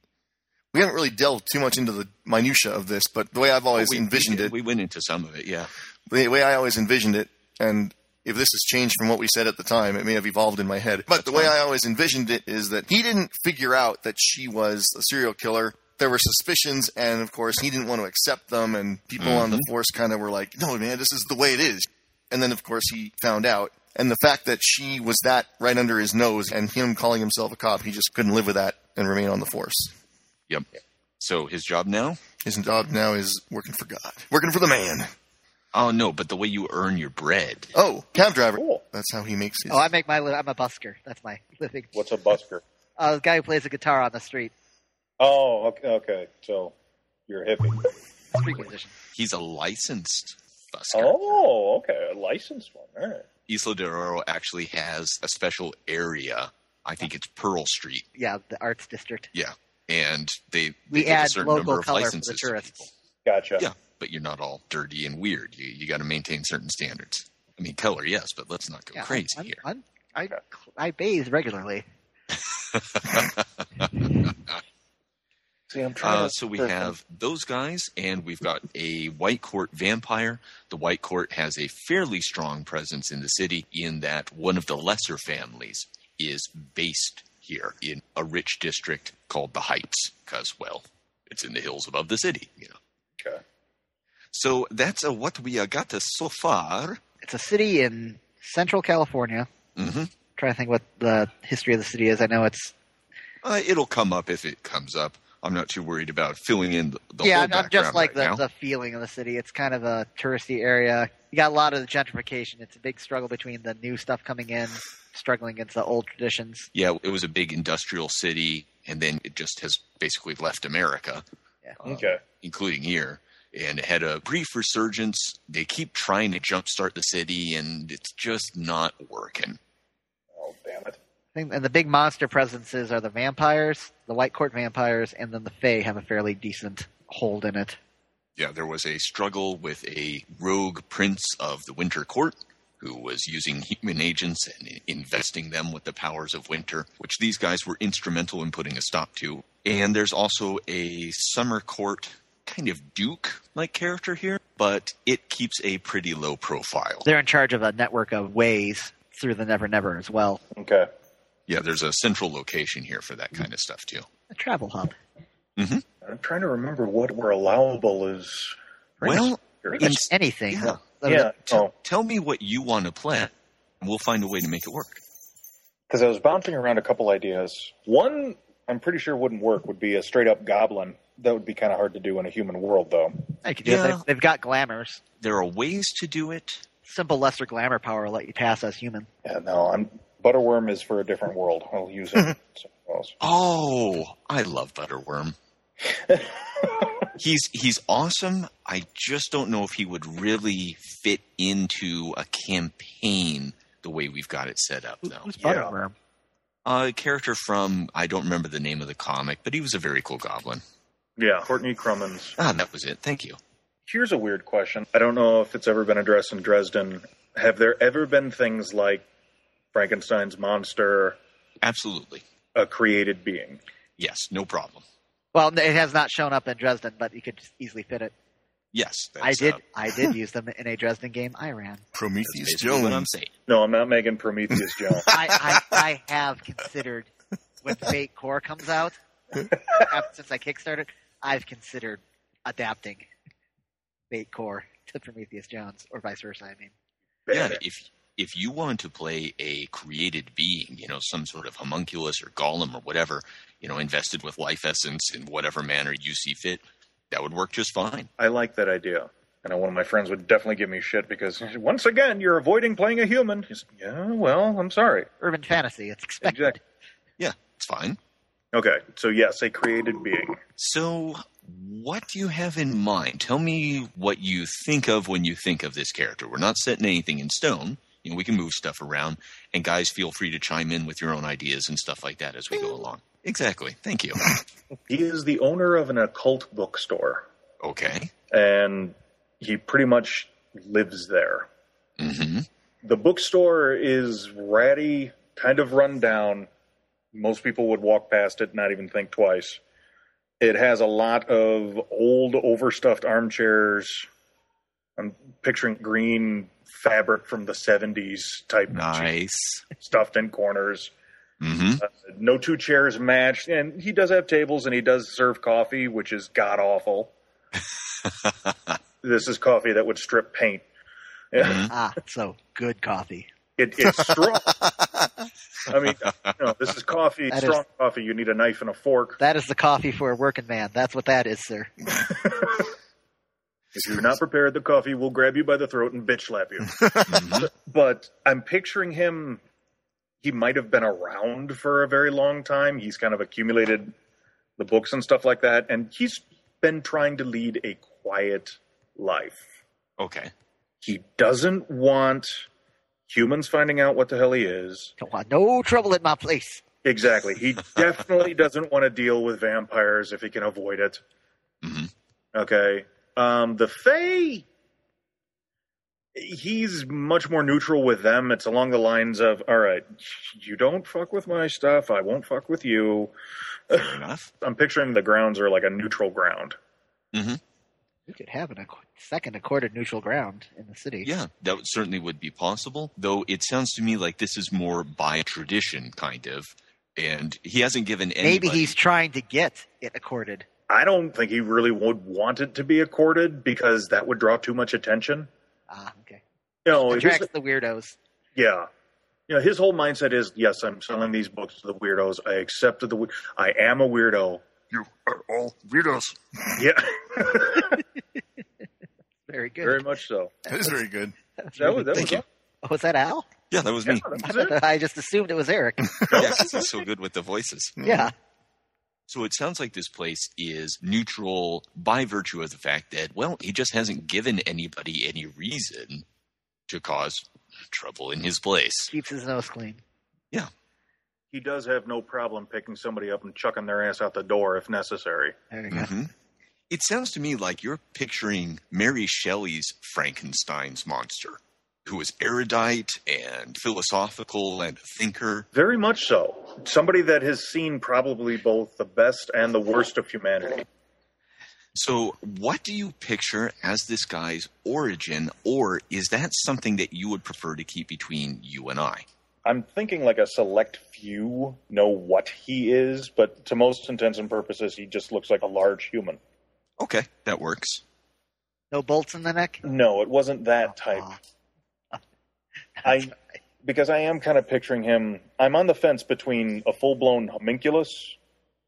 we haven't really delved too much into the minutia of this, but the way I've always
Oh, we,
envisioned
we,
it,
we went into some of it, yeah.
the way I always envisioned it, and if this has changed from what we said at the time, it may have evolved in my head. But the way I always envisioned it is that he didn't figure out that she was a serial killer. There were suspicions, and of course, he didn't want to accept them. And people on the force kind of were like, no, man, this is the way it is. And then, of course, he found out. And the fact that she was that right under his nose and him calling himself a cop, he just couldn't live with that and remain on the force.
Yep. So his job now?
His job now is working for God, working for the man.
Oh no, but the way you earn your bread.
Oh, cab driver.
Cool.
That's how he makes his.
Oh, I make my. Li- I'm a busker. That's my living.
What's a busker?
Uh, the guy who plays the guitar on the street,
Oh, okay, okay. So you're a hippie.
street musician.
He's a licensed busker.
Oh, okay. A licensed one. All right.
Isla de Oro actually has a special area. I think it's Pearl Street.
Yeah, the arts district.
Yeah. And they, they
We
give a
add
certain number
local
of
color for the
licenses. to
tourists.
people.
Gotcha.
Yeah. But you're not all dirty and weird. You, you got to maintain certain standards. I mean, color, yes, but let's not go
Yeah,
crazy
I'm,
here.
I'm, I I bathe regularly.
See, I'm trying.
Uh,
to-
so we have those guys, and we've got a White Court vampire. The White Court has a fairly strong presence in the city, in that one of the lesser families is based here in a rich district called the Heights, because, well, it's in the hills above the city, you know.
Okay.
So that's uh, what we uh, got uh, so far.
It's a city in central California.
hmm
trying to think what the history of the city is. I know it's
Uh, it'll come up if it comes up. I'm not too worried about filling in the, the
yeah,
whole
I'm, I'm
background
just like
right
the,
now.
the feeling of the city. It's kind of a touristy area. You got a lot of the gentrification. It's a big struggle between the new stuff coming in, struggling against the old traditions.
yeah, it was a big industrial city, and then it just has basically left America,
Yeah.
uh,
Okay.
including here, and it had a brief resurgence. They keep trying to jumpstart the city, and it's just not working.
Oh, damn it.
I think, and the big monster presences are the vampires, the White Court vampires, and then the Fae have a fairly decent hold in it.
Yeah, there was a struggle with a rogue prince of the Winter Court who was using human agents and i- investing them with the powers of winter, which these guys were instrumental in putting a stop to. And there's also a Summer Court kind of duke like character here, but it keeps a pretty low profile.
They're in charge of a network of ways through the Never Never as well,
Okay.
Yeah, there's a central location here for that kind of stuff too.
a travel hub.
I'm trying to remember what were allowable is.
Well,
Pretty
Pretty
in-
much anything.
yeah.
Uh,
yeah. Oh,
tell me what you want to plan, and we'll find a way to make it work.
because I was bouncing around a couple ideas. One I'm pretty sure wouldn't work would be a straight up goblin. That would be kind of hard to do in a human world, though.
I could do it.
Yeah.
They've, they've got glamours.
There are ways to do it.
Simple lesser glamour power will let you pass as human.
Yeah, no, I'm butterworm is for a different world. I'll use it. somewhere else.
Oh, I love Butterworm. he's he's awesome. I just don't know if he would really fit into a campaign the way we've got it set up, though.
Who's
Yeah.
Butterworm?
A character from I don't remember the name of the comic, but he was a very cool goblin.
Yeah, Courtney Crummins.
Ah, that was it. Thank you.
Here's a weird question. I don't know if it's ever been addressed in Dresden. Have there ever been things like Frankenstein's monster,
Absolutely.
a created being?
Yes, no problem.
Well, it has not shown up in Dresden, but you could just easily fit it.
Yes,
I
that's,
did.
uh,
I did use them in a Dresden game. I ran.
that's
Prometheus
basically what I'm
Jones.
saying.
No, I'm not making Prometheus Jones.
I, I, I have considered when Fate Core comes out. ever Since I kickstarted, I've considered adapting Fate Core to Prometheus Jones, or vice versa. I mean,
Yeah, if if you wanted to play a created being, you know, some sort of homunculus or golem or whatever, you know, invested with life essence in whatever manner you see fit, that would work just fine.
I like that idea. And one of my friends would definitely give me shit because once again you're avoiding playing a human. He's, yeah, well, I'm sorry.
urban fantasy. It's expected.
Exactly.
Yeah, it's fine.
Okay, so yes, a created being.
So, what do you have in mind? Tell me what you think of when you think of this character. We're not setting anything in stone. You know, we can move stuff around, and guys, feel free to chime in with your own ideas and stuff like that as we go along. Exactly. Thank you.
He is the owner of an occult bookstore,
Okay.
and he pretty much lives there.
Mm-hmm.
The bookstore is ratty, kind of run down. Most people would walk past it, not even think twice. It has a lot of old, overstuffed armchairs. I'm picturing green fabric from the 70s type
Nice.
stuffed in corners.
hmm
Uh, no two chairs matched. And he does have tables and he does serve coffee, which is god awful. this is coffee that would strip paint.
Mhm.
Ah, so good coffee.
It, it's strong. I mean, no, this is coffee,
That is-
strong coffee. You need a knife and a fork.
That is the coffee for a working man. That's what that is, sir.
If you're not prepared, the coffee will grab you by the throat and bitch slap you.
Mhm.
but I'm picturing him. He might have been around for a very long time. He's kind of accumulated the books and stuff like that, and he's been trying to lead a quiet life.
Okay.
He doesn't want humans finding out what the hell he is.
Don't want no trouble at my place.
Exactly. He definitely doesn't want to deal with vampires if he can avoid it.
Mhm.
Okay. Um, the Fae, he's much more neutral with them. It's along the lines of, all right, you don't fuck with my stuff. I won't fuck with you.
Fair enough.
I'm picturing the grounds are like a neutral ground.
We could have a second accorded neutral ground in the city.
Yeah, that would- certainly would be possible. Though it sounds to me like this is more by tradition, kind of. And he hasn't given any.
Maybe he's trying to get it accorded.
I don't think he really would want it to be accorded because that would draw too much attention.
Ah, okay.
You know, if he's-
Attracts the weirdos.
Yeah. You know, his whole mindset is, yes, I'm selling these books to the weirdos. I accepted the, we- I am a weirdo.
You are all weirdos.
Yeah,
Very good.
very much so.
That is very good.
That was, that
Thank
was
you.
awesome.
Was Oh, that Al?
Yeah, that was
Yeah,
me.
that was it.
I just assumed it was Eric.
Yeah, 'cause he's so good with the voices.
yeah.
So it sounds like this place is neutral by virtue of the fact that, well, he just hasn't given anybody any reason to cause trouble in his place.
Keeps his nose clean.
He does have no problem picking somebody up and chucking their ass out the door if necessary.
There we go.
Mhm. It sounds to me like you're picturing Mary Shelley's Frankenstein's monster, who was erudite and philosophical and a thinker.
Very much so. Somebody that has seen probably both the best and the worst of humanity.
So, what do you picture as this guy's origin, or is that something that you would prefer to keep between you and I?
I'm thinking like a select few know what he is, but to most intents and purposes, he just looks like a large human.
Okay, that works.
No bolts in the neck?
No, it wasn't that type.
Aw.
I because I am kind of picturing him. I'm on the fence between a full blown homunculus,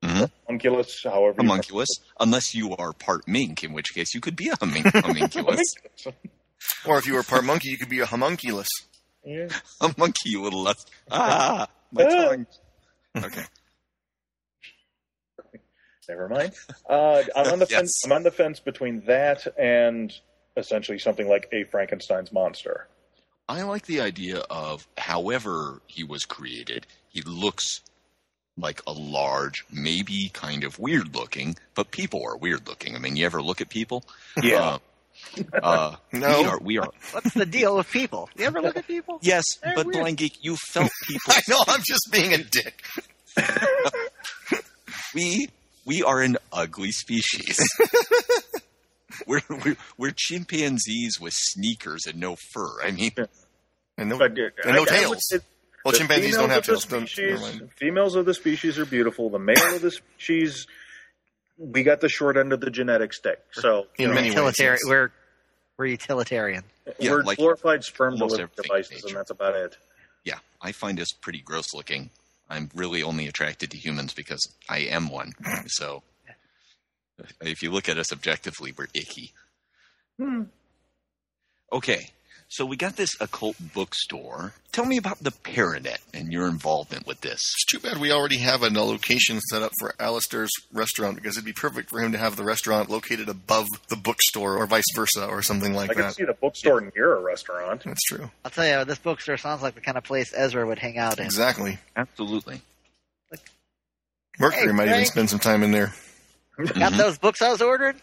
Mm-hmm.
Mhm.
homunculus, however, you-
Homunculus, unless you are part mink, in which case you could be a homun- homunculus.
Or if you were part monkey, you could be a homunculus.
Yeah.
a monkey with less. Ah, my tongue. Okay.
Never mind. Uh, I'm on the fence.
Yes.
I'm on the fence between that and essentially something like a Frankenstein's monster.
I like the idea of however he was created, he looks like a large, maybe kind of weird looking, but people are weird looking. I mean, you ever look at people?
Yeah.
Uh, uh,
No.
We are, we are.
What's the deal with people? You ever look at people?
Yes,
They're
but
weird.
Blind Geek, you felt people.
I know, I'm just being a dick.
we we are an ugly species. we're, we're we're chimpanzees with sneakers and no fur. I mean,
And no,
But, uh,
And no
would
tails.
say
well,
the
chimpanzees don't
females
have
of
tails.
the
Don't, never
species-
mind.
females of the species are beautiful. The male of the species, we got the short end of the genetic stick. So
In
you know,
many ways,
Utilitarian.
yes.
We're, we're utilitarian.
Yeah,
we're
like
glorified sperm
almost
delivery
everything in
devices, and
nature.
that's about it.
yeah, I find us pretty gross looking. I'm really only attracted to humans because I am one. So if you look at us objectively, we're icky.
Hmm.
Okay. So we got this occult bookstore. Tell me about the Paranet and your involvement with this.
It's too bad we already have a location set up for Alistair's restaurant because it'd be perfect for him to have the restaurant located above the bookstore or vice versa or something like
I can
that.
see the bookstore near a restaurant.
That's true.
I'll tell you, this bookstore sounds like the kind of place Ezra would hang out in.
Exactly.
Absolutely.
Mercury
Hey,
might even
Frank.
spend some time in there.
Mm-hmm.
Got those books I was ordering?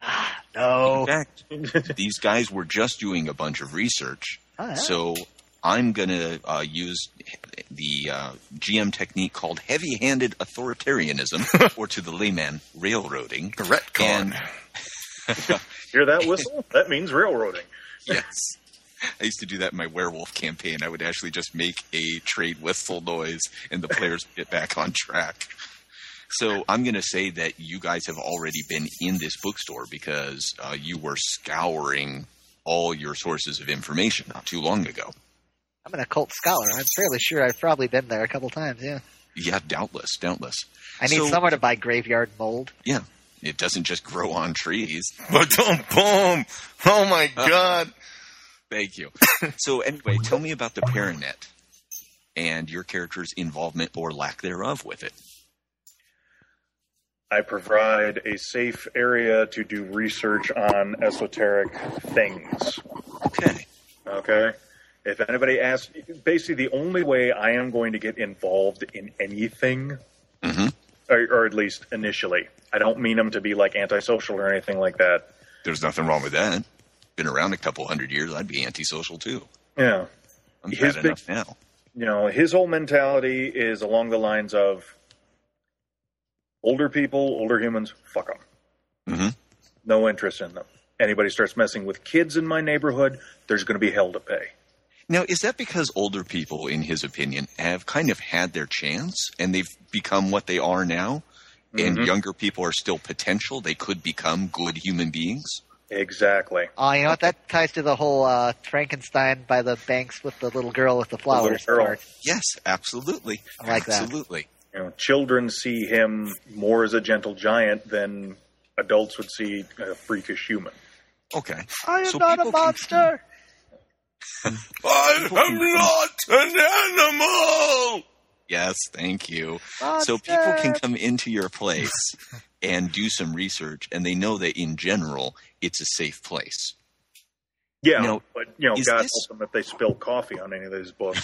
Ah, no.
In fact, these guys were just doing a bunch of research.
All right.
So I'm going to uh, use the uh, GM technique called heavy handed authoritarianism, or to the layman, railroading.
The retcon.
And
Hear that whistle? that means railroading.
yes. I used to do that in my werewolf campaign. I would actually just make a trade whistle noise and the players would get back on track. So I'm going to say that you guys have already been in this bookstore because uh, you were scouring all your sources of information not too long ago.
I'm an occult scholar. I'm fairly sure I've probably been there a couple times. Yeah,
Yeah, doubtless, doubtless.
I need
So-
somewhere to buy graveyard mold.
It doesn't just grow on trees.
But don't boom! Oh my god!
Thank you. so anyway, tell me about the Paranet and your character's involvement or lack thereof with it.
I provide a safe area to do research on esoteric things.
Okay.
Okay? If anybody asks, basically the only way I am going to get involved in anything,
Mhm.
or, or at least initially, I don't mean them to be like antisocial or anything like that.
There's nothing wrong with that. Been around a couple hundred years, I'd be antisocial too.
Yeah.
I'm
His
bad
big-
enough now.
you know, his whole mentality is along the lines of older people, older humans, fuck them.
Mhm.
No interest in them. Anybody starts messing with kids in my neighborhood, there's going to be hell to pay.
Now, is that because older people, in his opinion, have kind of had their chance and they've become what they are now?
Mm-hmm.
And younger people are still potential. They could become good human beings.
Exactly.
Oh, you know what? That ties to the whole uh, Frankenstein by the banks with the little girl with the flowers.
girl.
part.
Yes, absolutely.
I like that.
Absolutely.
You know, children see him more as a gentle giant than adults would see a freakish human.
Okay.
I am
So
not a
people can-
monster.
I
am not an animal.
Yes, thank you.
monster.
So people can come into your place and do some research, and they know that in general it's a safe place.
Yeah,
Now,
but you know,
is
God
this-
help them if they spill coffee on any of these books.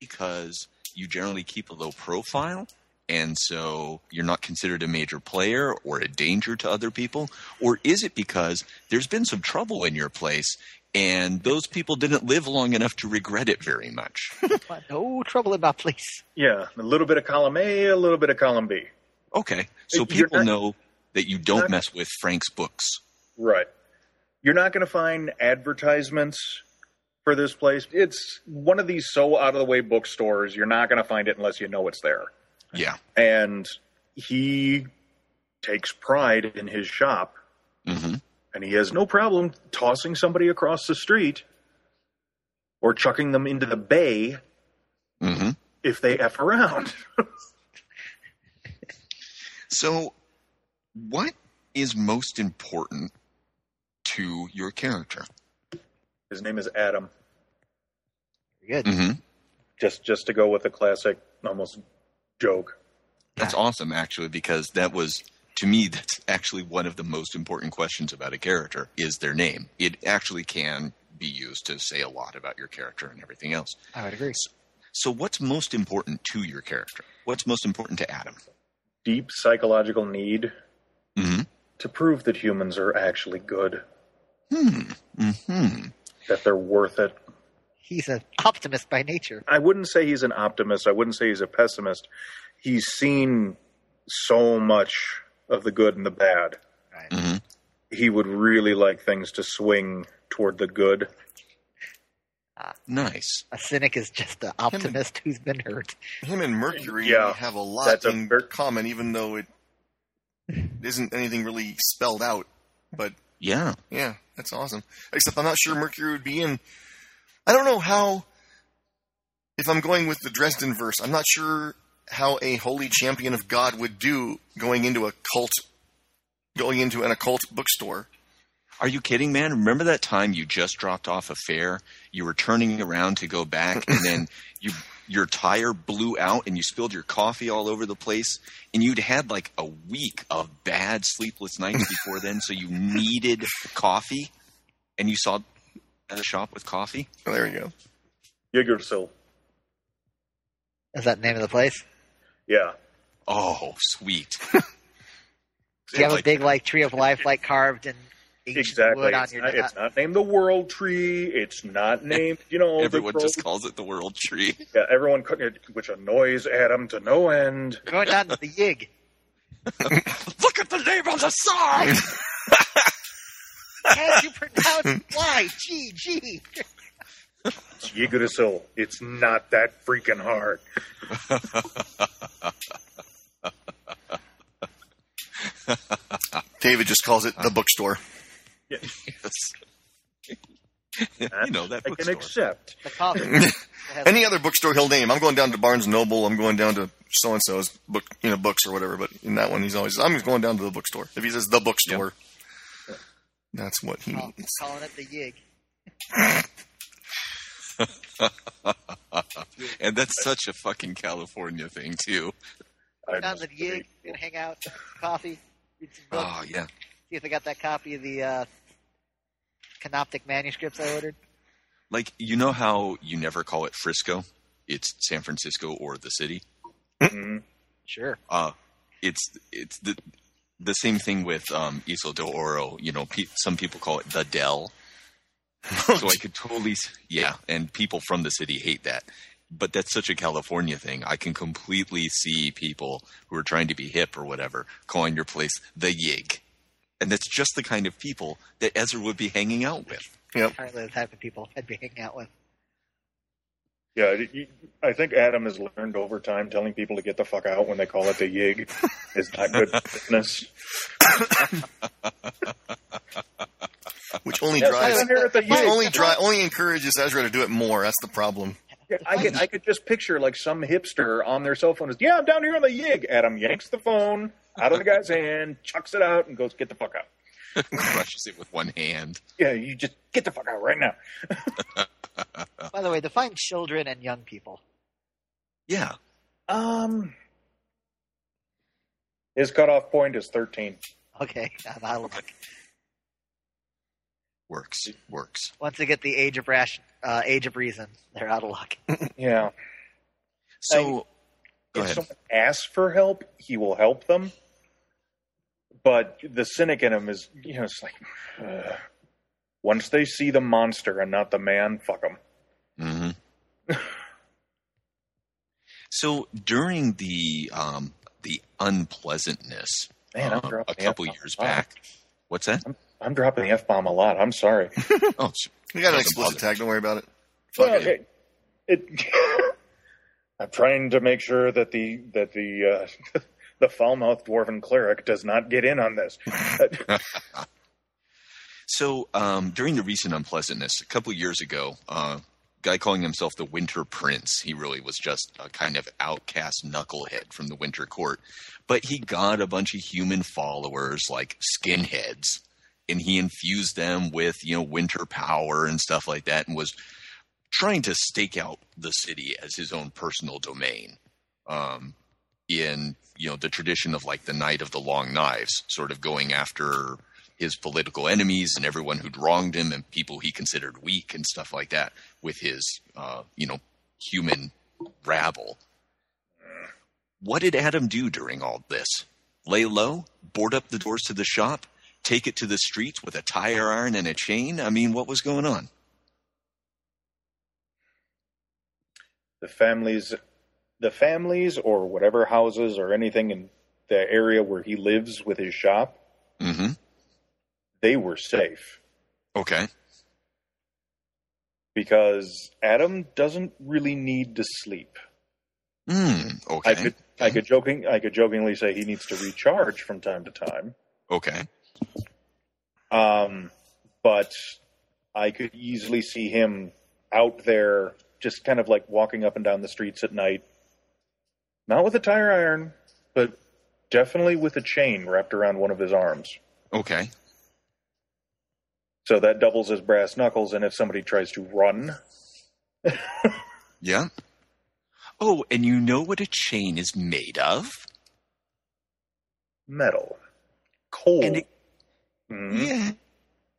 because you generally keep a low profile and so you're not considered a major player or a danger to other people or is it because there's been some trouble in your place and those people didn't live long enough to regret it very much
No trouble in my place.
yeah, a little bit of column A, a little bit of column B.
okay so
You're
people
not-
know that you don't
not-
mess with frank's books
Right. You're not going to find advertisements for this place. It's one of these so out of the way bookstores. You're not going to find it unless you know it's there.
yeah
And he takes pride in his shop,
hmm
and he has no problem tossing somebody across the street or chucking them into the bay
hmm
if they F around.
So, what is most important to your character?
his name is Adam.
Good.
Mm-hmm.
Just just to go with a classic almost joke.
That's awesome, actually, because that was to me that's actually one of the most important questions about a character is their name. It actually can be used to say a lot about your character and everything else.
I would agree.
So, what's most important to your character? What's most important to Adam?
Deep psychological need
Mm-hmm.
to prove that humans are actually good,
Hmm. hmm
mm-hmm.
that they're worth it.
He's an optimist by nature.
I wouldn't say he's an optimist. I wouldn't say he's a pessimist. He's seen so much of the good and the bad.
Right.
Mhm.
He would really like things to swing toward the good.
Nice.
A cynic is just an optimist who's been hurt.
Him and Mercury
Yeah,
have a lot
that's a
in
ver-
common, even though it isn't anything really spelled out. But
Yeah.
yeah, that's awesome. Except I'm not sure Mercury would be in. I don't know how. If I'm going with the Dresden verse, I'm not sure how a holy champion of God would do going into a cult, going into an occult bookstore.
Are you kidding, man? Remember that time you just dropped off a fare? You were turning around to go back, and then you your tire blew out, and you spilled your coffee all over the place, and you'd had like a week of bad sleepless nights before then, so you needed coffee, and you saw a shop with coffee.
Oh, there we go.
Yggdrasil.
Is that the name of the place?
Yeah.
Oh, sweet!
Do you have a
Like-
big like tree of life like carved in ancient
Exactly.
wood on
It's
your
not, it's not named the world tree. It's not named, you know, the
Everyone
crow-
just calls it the world tree.
yeah, everyone, could- which annoys Adam to no end.
going down to the yig.
Look at the name on the side.
How do you pronounce Y G G?
Yggdrasil. It's not that freaking hard.
David just calls it the bookstore.
You know, that
I can
bookstore.
accept.
The coffee.
Any other bookstore he'll name. I'm going down to Barnes Noble. I'm going down to so and so's book, you know, books or whatever. But in that one, he's always I'm just going down to the bookstore. If he says the bookstore, that's what he
Oh,
means.
calling it the Yig.
and that's such a fucking California thing too.
I-
Down to the Yig, gonna hang out, coffee, read some books,
Oh yeah,
see if I got that copy of the uh, canoptic manuscripts I ordered.
like you know how you never call it Frisco, it's San Francisco or the city.
Mhm.
Sure.
Uh, it's it's the the same thing with um, Isla de Oro. You know, pe- some people call it the Dell. so I could totally, s- yeah. And people from the city hate that, but that's such a California thing. I can completely see people who are trying to be hip or whatever calling your place the Yig, and that's just the kind of people that Ezra would be hanging out with.
Apparently, the type of people I'd be hanging out with.
Yeah, you- you- I think Adam has learned over time telling people to get the fuck out when they call it the yig is not good business.
Which only
Yes,
drives,
I'm here at the
which
yig.
only dri- only encourages Ezra to do it more. That's the problem.
Yeah, I could I could just picture like some hipster on their cell phone is yeah I'm down here on the yig. Adam yanks the phone out of the guy's hand, chucks it out, and goes get the fuck out.
Crushes it with one hand.
Yeah, you just get the fuck out right now.
By the way, define children and young people.
Yeah,
Um, his cutoff point is thirteen.
Okay, I'm out of luck.
works, works.
Once they get the age of rash, uh, age of reason, they're out of luck.
Yeah,
So, go
if
ahead.
someone asks for help, he will help them. But the cynic in him is you know it's like ugh. once they see the monster and not the man, fuck them.
hmm
Mm-hmm.
so during the um, the unpleasantness
Man, I'm
um,
dropping
a
the
couple
F-bomb
years
a lot.
back, what's that?
I'm dropping the f bomb a lot. I'm sorry.
Oh, sh-
We got an
Doesn't
explicit
bother.
tag. Don't worry about it. Fuck
Well,
it.
it, it- I'm trying to make sure that the that the uh, the foul mouthed dwarven cleric does not get in on this.
so um, during the recent unpleasantness a couple years ago, uh, guy calling himself the Winter Prince, he really was just a kind of outcast knucklehead from the Winter Court, but he got a bunch of human followers like skinheads, and he infused them with you know winter power and stuff like that, and was trying to stake out the city as his own personal domain. Um, in you know the tradition of like the Knight of the Long Knives, sort of going after his political enemies and everyone who'd wronged him and people he considered weak and stuff like that with his uh, you know human rabble. What did Adam do during all this? Lay low, board up the doors to the shop, take it to the streets with a tire iron and a chain. I mean, what was going on?
the families, the families, or whatever houses or anything in the area where he lives with his shop,
Mm-hmm.
they were safe
Okay.
because Adam doesn't really need to sleep.
Mm, okay.
I could I could joking I could jokingly say he needs to recharge from time to time.
okay.
Um, but I could easily see him out there just kind of like walking up and down the streets at night. Not with a tire iron, but definitely with a chain wrapped around one of his arms.
Okay.
So that doubles as brass knuckles, and if somebody tries to run,
Yeah. Oh, and you know what a chain is made of?
metal. Coal.
And it-
mm-hmm.
Yeah.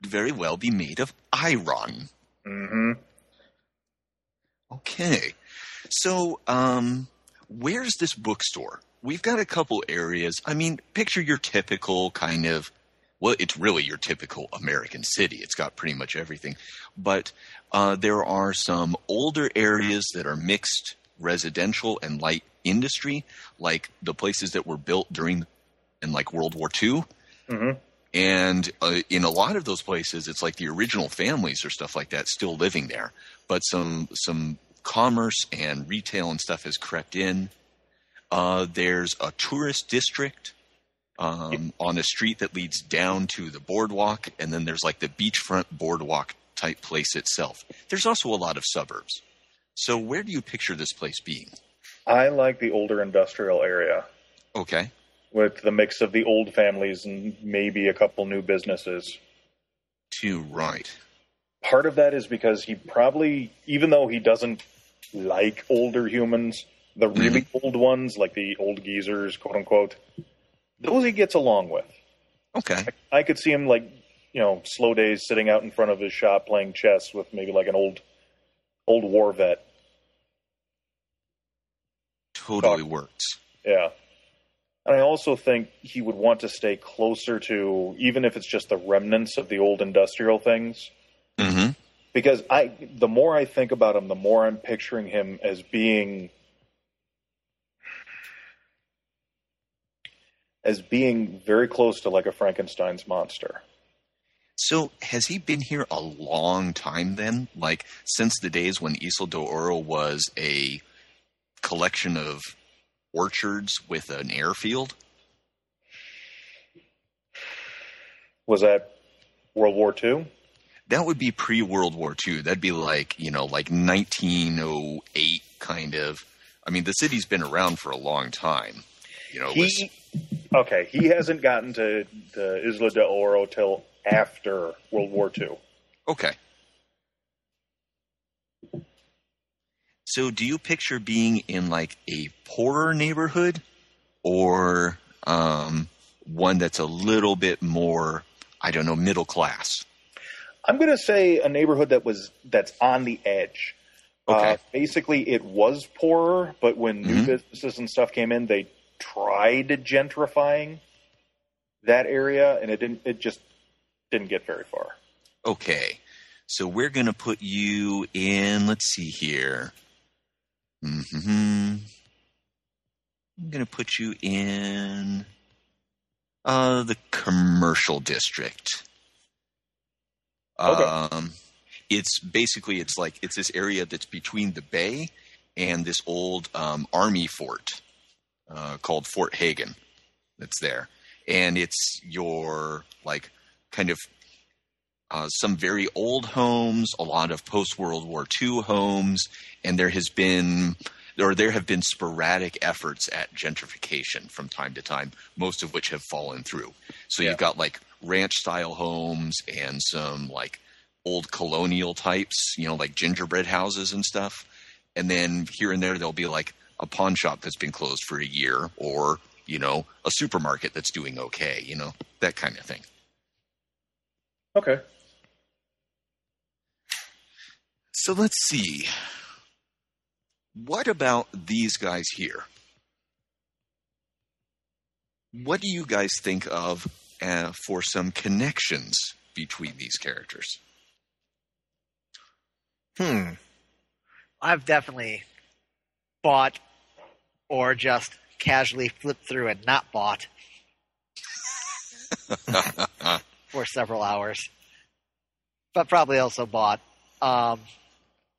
Could Very well be made of iron.
Mm-hmm.
Okay. So, um, where's this bookstore? We've got a couple areas. I mean, picture your typical kind of, well, it's really your typical American city. It's got pretty much everything. But uh, there are some older areas that are mixed residential and light industry, like the places that were built during in like World War II.
Mhm.
And uh, in a lot of those places, it's like the original families or stuff like that still living there, but some some commerce and retail and stuff has crept in. Uh, there's a tourist district um, on a street that leads down to the boardwalk, and then there's like the beachfront boardwalk type place itself. There's also a lot of suburbs. So where do you picture this place being?
I like the older industrial area
Okay.
with the mix of the old families and maybe a couple new businesses.
To right.
Part of that is because he probably, even though he doesn't like older humans, the really old ones, like the old geezers, quote unquote, those he gets along with.
Okay.
I could see him like, you know, slow days sitting out in front of his shop playing chess with maybe like an old, old war vet.
Totally works.
Yeah. And I also think he would want to stay closer to, even if it's just the remnants of the old industrial things.
Mm-hmm.
Because I, the more I think about him, the more I'm picturing him as being, as being very close to like a Frankenstein's monster.
So has he been here a long time then? Like since the days when Isla de Oro was a collection of orchards with an airfield?
Was that World War II?
That would be pre World War II. That'd be like, you know, like 1908 kind of. I mean, the city's been around for a long time. You know, it was-
He, okay, he hasn't gotten to, to Isla de Oro till after World War II.
Okay. So, do you picture being in like a poorer neighborhood or um, one that's a little bit more, I don't know, middle class?
I'm going to say a neighborhood that was that's on the edge.
Okay.
Uh, basically, it was poorer, but when new
Mhm.
businesses and stuff came in, they tried gentrifying that area, and it didn't. It just didn't get very far.
Okay. So, we're going to put you in, let's see here. hmm I'm going to put you in uh, the commercial district.
Okay.
Um, it's basically it's like it's this area that's between the bay and this old um, army fort uh, called Fort Hagen that's there, and it's your like kind of. Uh, some very old homes, a lot of post World War II homes, and there has been or there have been sporadic efforts at gentrification from time to time, most of which have fallen through. So
Yeah.
you've got like ranch style homes and some like old colonial types, you know, like gingerbread houses and stuff. And then here and there, there'll be like a pawn shop that's been closed for a year or, you know, a supermarket that's doing okay, you know, that kind of thing.
Okay.
So let's see. What about these guys here? What do you guys think of uh, for some connections between these characters?
Hmm.
I've definitely bought or just casually flipped through and not bought for several hours, but probably also bought. Um,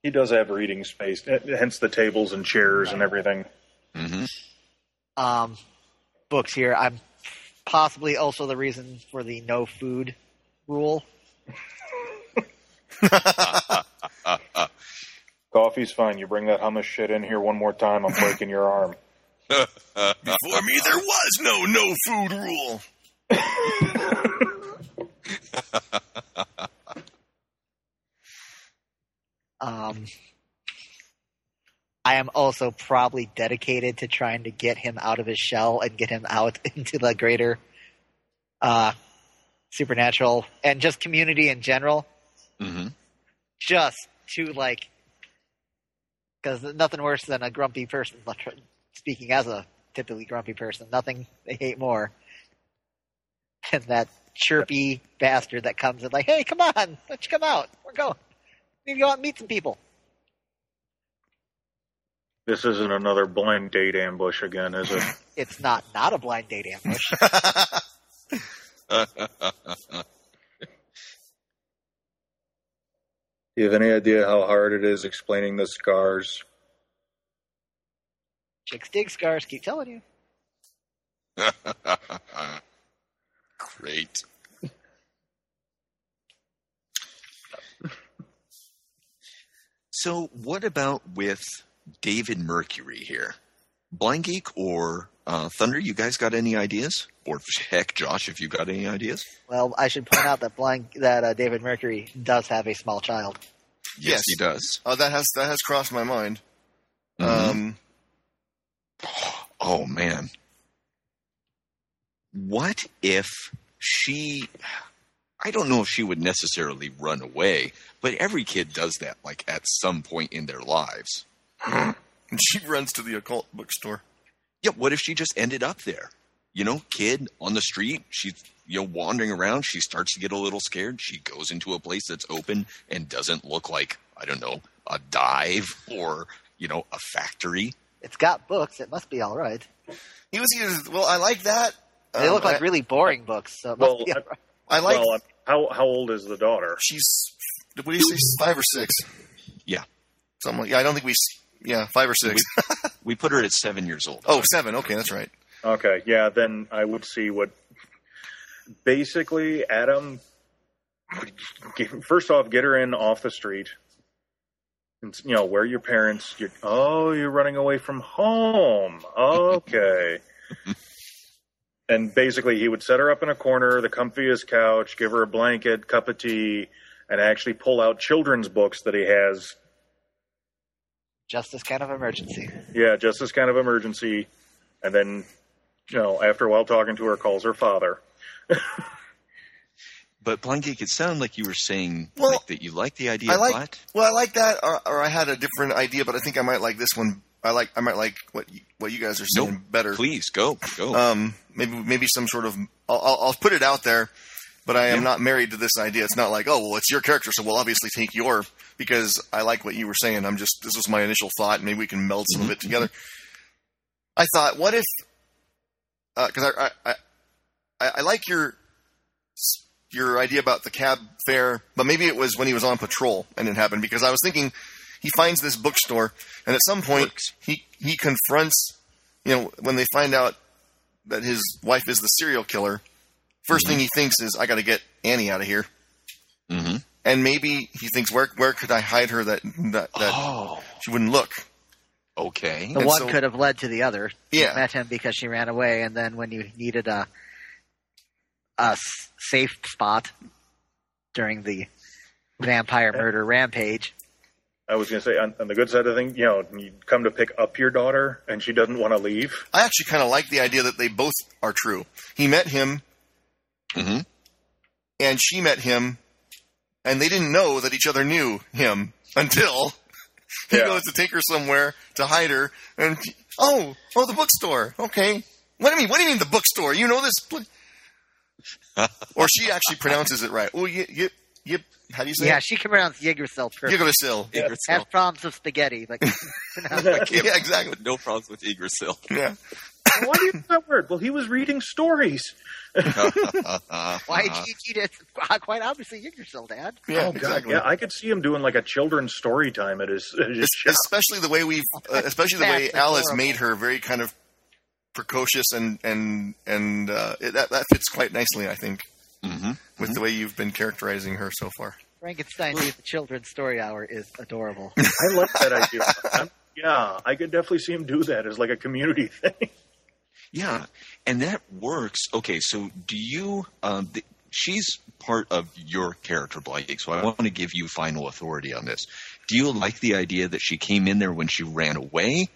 He does have reading space, h- hence the tables and chairs and everything.
hmm
um, books here. I'm possibly also the reason for the no food rule.
Coffee's fine. You bring that hummus shit in here one more time, I'm breaking your arm.
Before me, there was no no food rule.
Um, I am also probably dedicated to trying to get him out of his shell and get him out into the greater uh, supernatural and just community in general.
hmm
Just to like, because nothing worse than a grumpy person. like, Speaking as a typically grumpy person, nothing they hate more than that chirpy bastard that comes in like, "Hey, come on, why don't you come out? We're going. We need to go out and meet some people."
This isn't another blind date ambush again, is it?
It's not not a blind date ambush.
mm-hmm.
Do you have any idea how hard it is explaining the scars?
Chicks dig scars. Keep telling you.
Great. so, what about with David Mercury here? Blind Geek or uh, Thunder, you guys got any ideas? Or heck, Josh, if you got any ideas?
Well, I should point out that blind that uh, David Mercury does have a small child.
Yes.
he does.
Uh, that has that has crossed my mind.
Mm-hmm.
Um,
Oh man. What if she I don't know if she would necessarily run away, but every kid does that like at some point in their lives.
she runs to the occult bookstore.
Yeah, what if she just ended up there? You know, kid on the street, she's you know, wandering around, she starts to get a little scared, she goes into a place that's open and doesn't look like, I don't know, a dive or, you know, a factory.
It's got books. It must be all right.
He was either well, I like that.
They
Um,
look like
I,
really boring books. So it must
Well,
be all
I-
right.
I like.
well, how how old is the daughter?
she's what do you say? Five or six?
Yeah.
Something. Like, yeah, I don't think we. s- Yeah, five or six.
We put her at seven years old.
oh, seven. Okay, that's right.
Okay, yeah, then I would see what. Basically, Adam. get- First off, get her in off the street. And, you know, where are your parents? You're, oh, you're running away from home. Okay. and basically, he would set her up in a corner, the comfiest couch, give her a blanket, cup of tea, and actually pull out children's books that he has
just this kind of emergency.
Yeah, just this kind of emergency. And then, you know, after a while talking to her, calls her father.
But Blind Geek, it sounded like you were saying
Well,
like, that you like the idea
I
a
like-
lot.
Well, I like that, or, or I had a different idea, but I think I might like this one. I like. I might like what you, what you guys are saying
Nope.
better.
Please go, go.
Um, maybe maybe some sort of. I'll, I'll I'll put it out there, but I am
Yeah.
not married to this idea. It's not like oh well, it's your character, so we'll obviously take your because I like what you were saying. I'm just this was my initial thought. Maybe we can meld some
Mm-hmm.
of it together. I thought, what if? Because I I, I I I like your your idea about the cab fare, but maybe it was when he was on patrol and it happened because I was thinking he finds this bookstore and at some point
Works.
he he confronts you know when they find out that his wife is the serial killer 1st thing he thinks is I got to get Annie out of here
hmm
and maybe he thinks where where could I hide her that that, Oh, that
Oh,
she wouldn't look
okay.
The
And
one
so-
could have led to the other.
Yeah.
You met him because she ran away, and then when you needed a a s- safe spot during the vampire murder rampage,
I was going to say, on, on the good side of the thing, you know, you come to pick up your daughter and she doesn't want to leave.
I actually kind of like the idea that they both are true he met him
Mm-hmm.
Mhm.
and she met him, and they didn't know that each other knew him until he
Yeah.
goes to take her somewhere to hide her, and oh, oh, the bookstore. Okay, what do you mean? What do you mean the bookstore? You know this? Pl- or she actually pronounces it right. Oh, yip, yip, yip. How do you say?
yeah,
it?
she can pronounce Yggdrasil perfect.
Yggdrasil.
Yeah.
Yggdrasil.
Has problems with spaghetti, but
Yeah, exactly.
No problems with Yggdrasil.
Yeah.
Why do you use that word? Well, he was reading stories.
why
Uh, Uh-huh.
YGG did uh, quite obviously Yggdrasil, Dad.
Yeah,
oh, God.
exactly.
Yeah, I could see him doing like a children's story time at his, at his
Es-
shop.
especially the way we, uh, especially the way
That's
Alice
adorable.
made her very kind of precocious and and and uh, it, that that fits quite nicely, I think,
hmm
with the way you've been characterizing her so far.
Frankenstein with the Children's Story Hour is adorable.
I like that idea. I'm- yeah, I could definitely see him do that as like a community thing.
Yeah, and that works. Okay, so do you? Um, th- she's part of your character, Blake. So I want to give you final authority on this. Do you like the idea that she came in there when she ran away,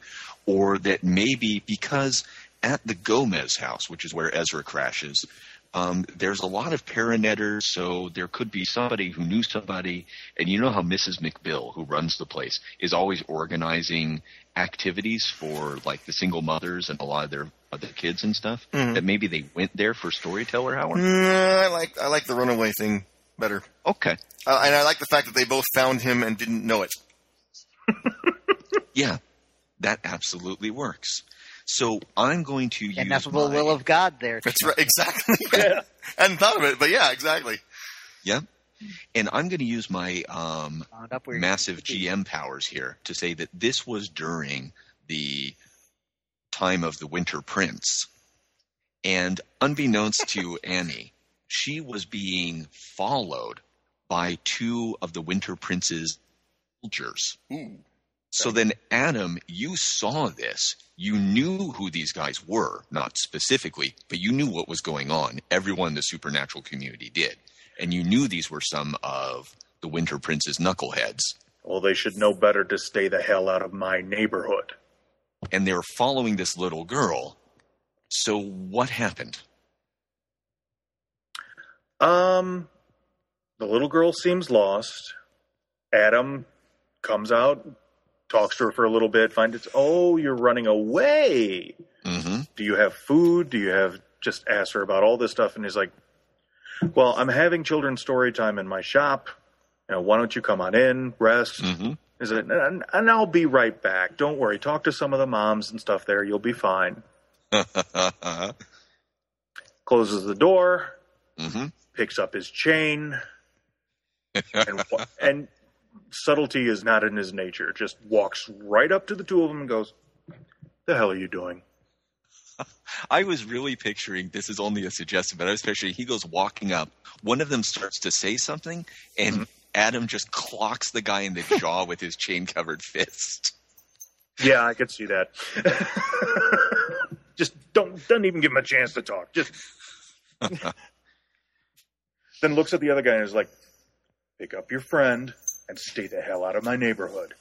or that maybe because at the Gomez house, which is where Ezra crashes, um, there's a lot of paranetters, so there could be somebody who knew somebody. And you know how Mrs. McBill, who runs the place, is always organizing activities for like the single mothers and a lot of their other kids and stuff. That maybe they went there for storyteller hour.
Mm, I like I like the runaway thing better,
Okay,
uh, and I like the fact that they both found him and didn't know it.
yeah, That absolutely works. So I'm going to use
Ineffable
my-
will of God there.
That's right, exactly.
Yeah.
and thought of it, but yeah, exactly.
and I'm going to use my um,
Found up where you
massive
need to be.
GM powers here to say that this was during the time of the Winter Prince. And unbeknownst to Annie, she was being followed by two of the Winter Prince's soldiers.
Ooh.
So then, Adam, you saw this. You knew who these guys were, not specifically, but you knew what was going on. Everyone in the supernatural community did. And you knew these were some of the Winter Prince's knuckleheads.
Well, they should know better to stay the hell out of my neighborhood.
and they're following this little girl. So what happened?
Um, the little girl seems lost. Adam comes out, talks to her for a little bit, finds it's, oh, you're running away.
Mm-hmm.
Do you have food? Do you have, just asks her about all this stuff. And he's like, well, I'm having children's story time in my shop. You know, why don't you come on in, rest?
Mm-hmm.
Is it, and and I'll be right back. Don't worry. Talk to some of the moms and stuff there. You'll be fine.
mm-hmm.
Closes the door, picks up his chain, and, wa- and subtlety is not in his nature. Just walks right up to the two of them and goes, "The hell are you doing?"
I was really picturing this is only a suggestion, but I was picturing he goes walking up. One of them starts to say something, and Adam just clocks the guy in the jaw with his chain covered fist.
Yeah, I could see that. Just don't doesn't even give him a chance to talk. Just then looks at the other guy and is like, "Pick up your friend and stay the hell out of my neighborhood."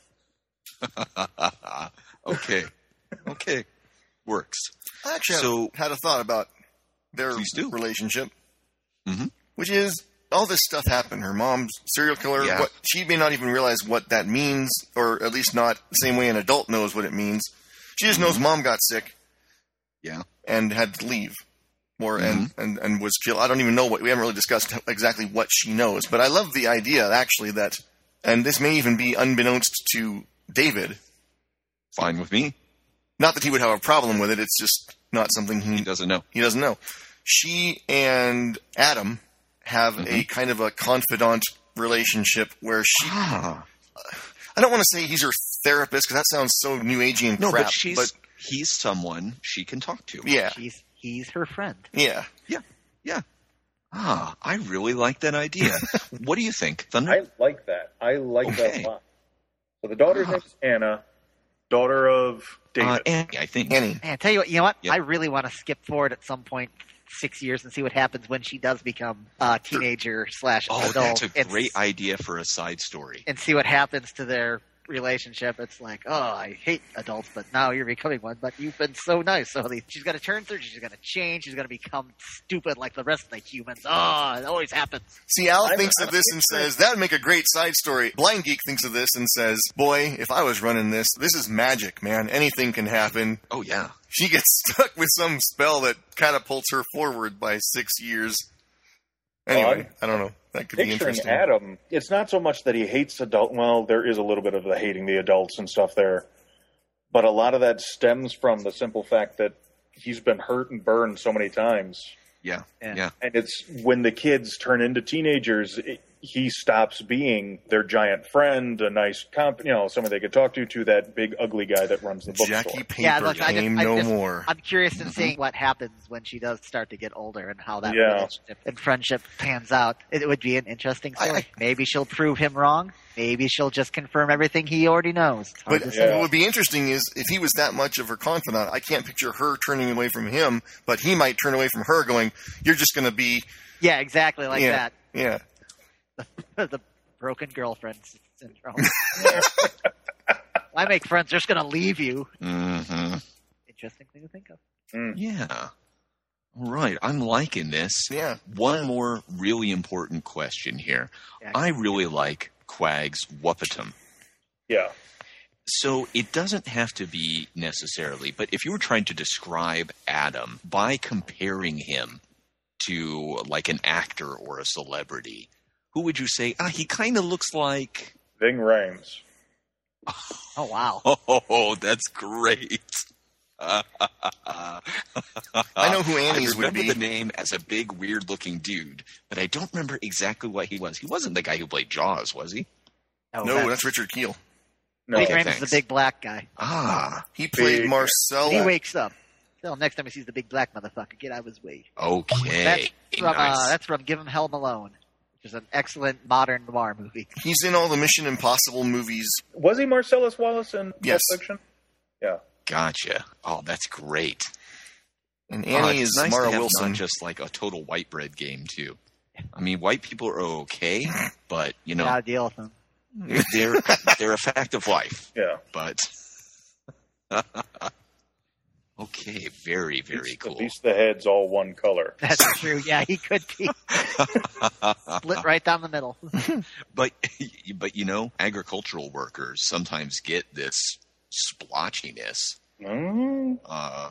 okay. Okay. Works.
I actually have-
So-
had a thought about their
Please do.
relationship,
Mhm.
which is all this stuff happened. Her mom's serial killer.
Yeah.
What she may not even realize what that means, or at least not the same way an adult knows what it means. She just
Mm-hmm.
knows mom got sick.
Yeah.
and had to leave, or
Mm-hmm.
and, and and was killed. I don't even know what we haven't really discussed exactly what she knows. But I love the idea actually that, and this may even be unbeknownst to David.
Fine with me.
Not that he would have a problem with it. It's just not something
He doesn't know.
he doesn't know. She and Adam have a kind of a confidant relationship where she.
Ah.
I don't want to say he's her therapist because that sounds so new agey and
No,
crap.
but she's he's someone she can talk to.
yeah,
She's he's her friend.
yeah.
Ah, I really like that idea. what do you think, Thunder?
I like that. I like that
Okay.
a lot. So the daughter's
Ah.
name is Anna, daughter of David.
uh, Annie, I think.
Annie,
Man, tell you what, you know what?
Yeah.
I really want to skip forward at some point six years and see what happens when she does become a teenager slash
Oh,
adult.
that's a
and-
great idea for a side story.
and see what happens to their relationship. It's like, oh, I hate adults, but now you're becoming one. But you've been so nice. So they, she's gonna turn thirty. She's gonna change. She's gonna become stupid like the rest of the humans. Oh, it always happens.
see, Al
I'm-
thinks of this and says that would make a great side story. Blind Geek thinks of this and says, "Boy, if I was running this, this is magic, man. Anything can happen."
Oh yeah.
She gets stuck with some spell that catapults her forward by six years. Anyway, I don't know. That could be
picturing
interesting.
Adam, it's not so much that he hates adult. Well, there is a little bit of the hating the adults and stuff there, but a lot of that stems from the simple fact that he's been hurt and burned so many times,
Yeah.
Yeah.
Yeah.
and it's when the kids turn into teenagers. It, he stops being their giant friend, a nice comp, you know, someone they could talk to, to that big ugly guy that runs the bookstore.
Jackie Paper
Yeah, look, I just-
came
I
no
just-
more.
I'm curious in seeing what happens when she does start to get older and how that
Yeah.
relationship and friendship pans out. It would be an interesting
I-
story. Maybe she'll prove him wrong. Maybe she'll just confirm everything he already knows. Hard
But
to
Yeah.
say.
what would be interesting is if he was that much of her confidant, I can't picture her turning away from him, but he might turn away from her going, You're just going to be,
yeah, exactly like
Yeah. yeah.
that. the broken girlfriend s- syndrome. Why make friends? They're just gonna leave you.
Mm-hmm.
Interesting thing to think of.
Yeah. All right. I'm liking this.
Yeah.
One more really important question here.
Yeah.
I really like Quag's Wuppetum.
Yeah,
So it doesn't have to be necessarily, but if you were trying to describe Adam by comparing him to like an actor or a celebrity, who would you say, ah, he kind of looks like
Ving Rhames.
Oh wow.
Oh, that's great. I
I know who Annie's would
Ah,
be.
remember the name as a big, weird-looking dude, but I don't remember exactly what he was. He wasn't the guy who played Jaws, was he?
No, that's Richard Keel.
No,
Big
okay,
Ram's the
thanks.
big black guy.
Ah,
He played
Big-
Marcella.
He wakes up. Till next time he sees the big black motherfucker, get out of his way.
okay.
That's from uh,
nice.
that's from Give Him Hell Malone, which is an excellent modern noir movie.
He's in all the Mission Impossible movies.
was he Marcellus Wallace in Pulp
Yes.
Fiction? Yeah.
Gotcha. Oh, that's great.
And
Oh,
Annie
it's
is
nice to
Mara
have
Wilson.
Not just like a total white bread game too. I mean, white people are okay, but you know
Gotta deal with him.
they're they're a fact of life.
Yeah.
But okay, very very
At
cool.
least the head's all one color.
That's true. Yeah, he could be split right down the middle.
But but you know, agricultural workers sometimes get this splotchiness
Mm,
uh,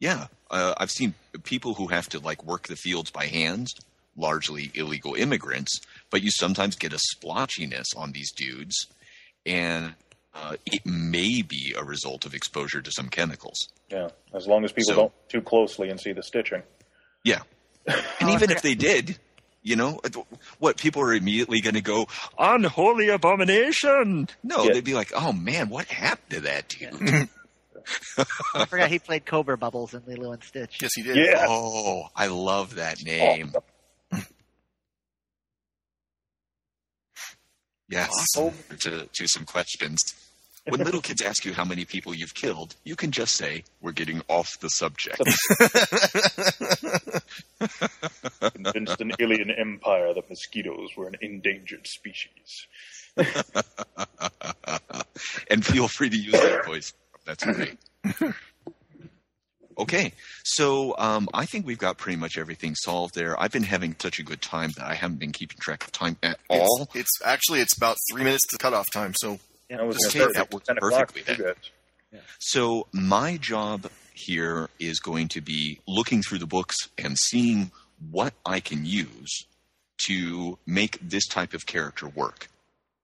yeah, uh, I've seen people who have to like work the fields by hand, largely illegal immigrants, but you sometimes get a splotchiness on these dudes, and uh, it may be a result of exposure to some chemicals.
yeah. As long as people
So-
don't look too closely and see the stitching.
Yeah, and
Oh, I
even if
forgot-
they did, you know, what people are immediately going to go unholy abomination. No,
Yeah.
they'd be like, oh man, what happened to that dude?
I forgot he played Cobra Bubbles in Lilo and Stitch.
Yes, he did.
Yeah.
Oh, I love that name. Yes. To, to some questions. When little kids ask you how many people you've killed, you can just say, We're getting off the subject.
Convinced an alien empire that mosquitoes were an endangered species.
and feel free to use that voice. That's great. Okay, so um, I think we've got pretty much everything solved there. I've been having such a good time that I haven't been keeping track of time at all. Oh,
It's, it's actually it's about three minutes to cutoff time. So
That was
Just
gonna
take
start
that works
at 10 o'clock.
perfectly
You guys.
So my job here is going to be looking through the books and seeing what I can use to make this type of character work.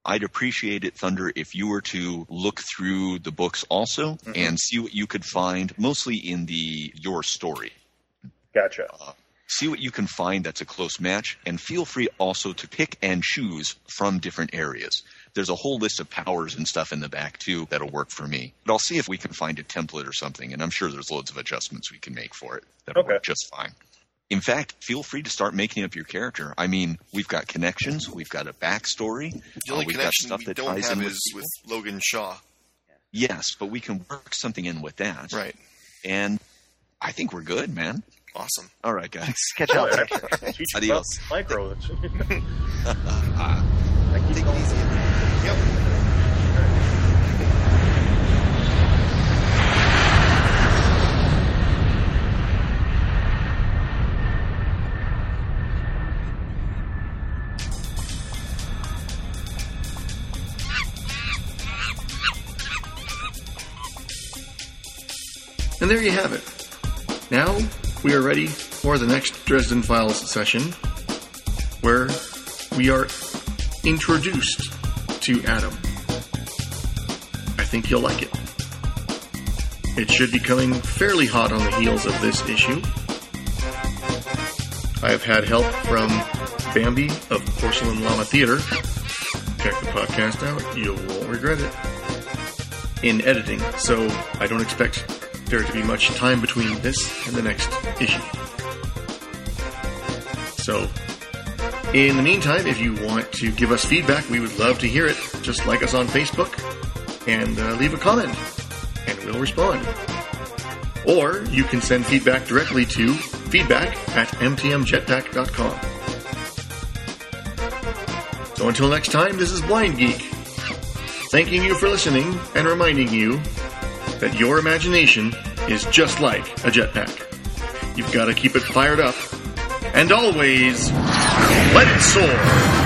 I'd appreciate it, Thunder, if you were to look through the books also and see what you could find, mostly in the your story.
Gotcha.
See what you can find that's a close match, and feel free also to pick and choose from different areas. There's a whole list of powers and stuff in the back, too, that'll work for me. But I'll see if we can find a template or something, and I'm sure there's loads of adjustments we can make for it that'll
Okay.
work just fine. In fact, feel free to start making up your character. I mean, we've got connections, we've got a backstory,
the only
uh, we've got
connection
stuff
we
that
don't
ties
have
in
is
people.
with Logan Shaw.
Yes, but we can work something in with that.
Right.
And I think we're good, man.
Awesome.
All right, guys.
Catch up.
Teach
Adios.
about micros.
Take it easy.
Yep.
And there you have it. Now we are ready for the next Dresden Files session, where we are introduced to Adam. I think you'll like it. It should be coming fairly hot on the heels of this issue. I have had help from Bambi of Porcelain Llama Theater. Check the podcast out, you won't regret it in editing, so I don't expect there to be much time between this and the next issue. So, in the meantime, if you want to give us feedback, we would love to hear it. Just like us on Facebook and uh, leave a comment, and we'll respond. Or you can send feedback directly to feedback at mtmjetpack.com. So until next time, this is Blind Geek thanking you for listening and reminding you that your imagination is just like a jetpack. You've got to keep it fired up and always let it soar.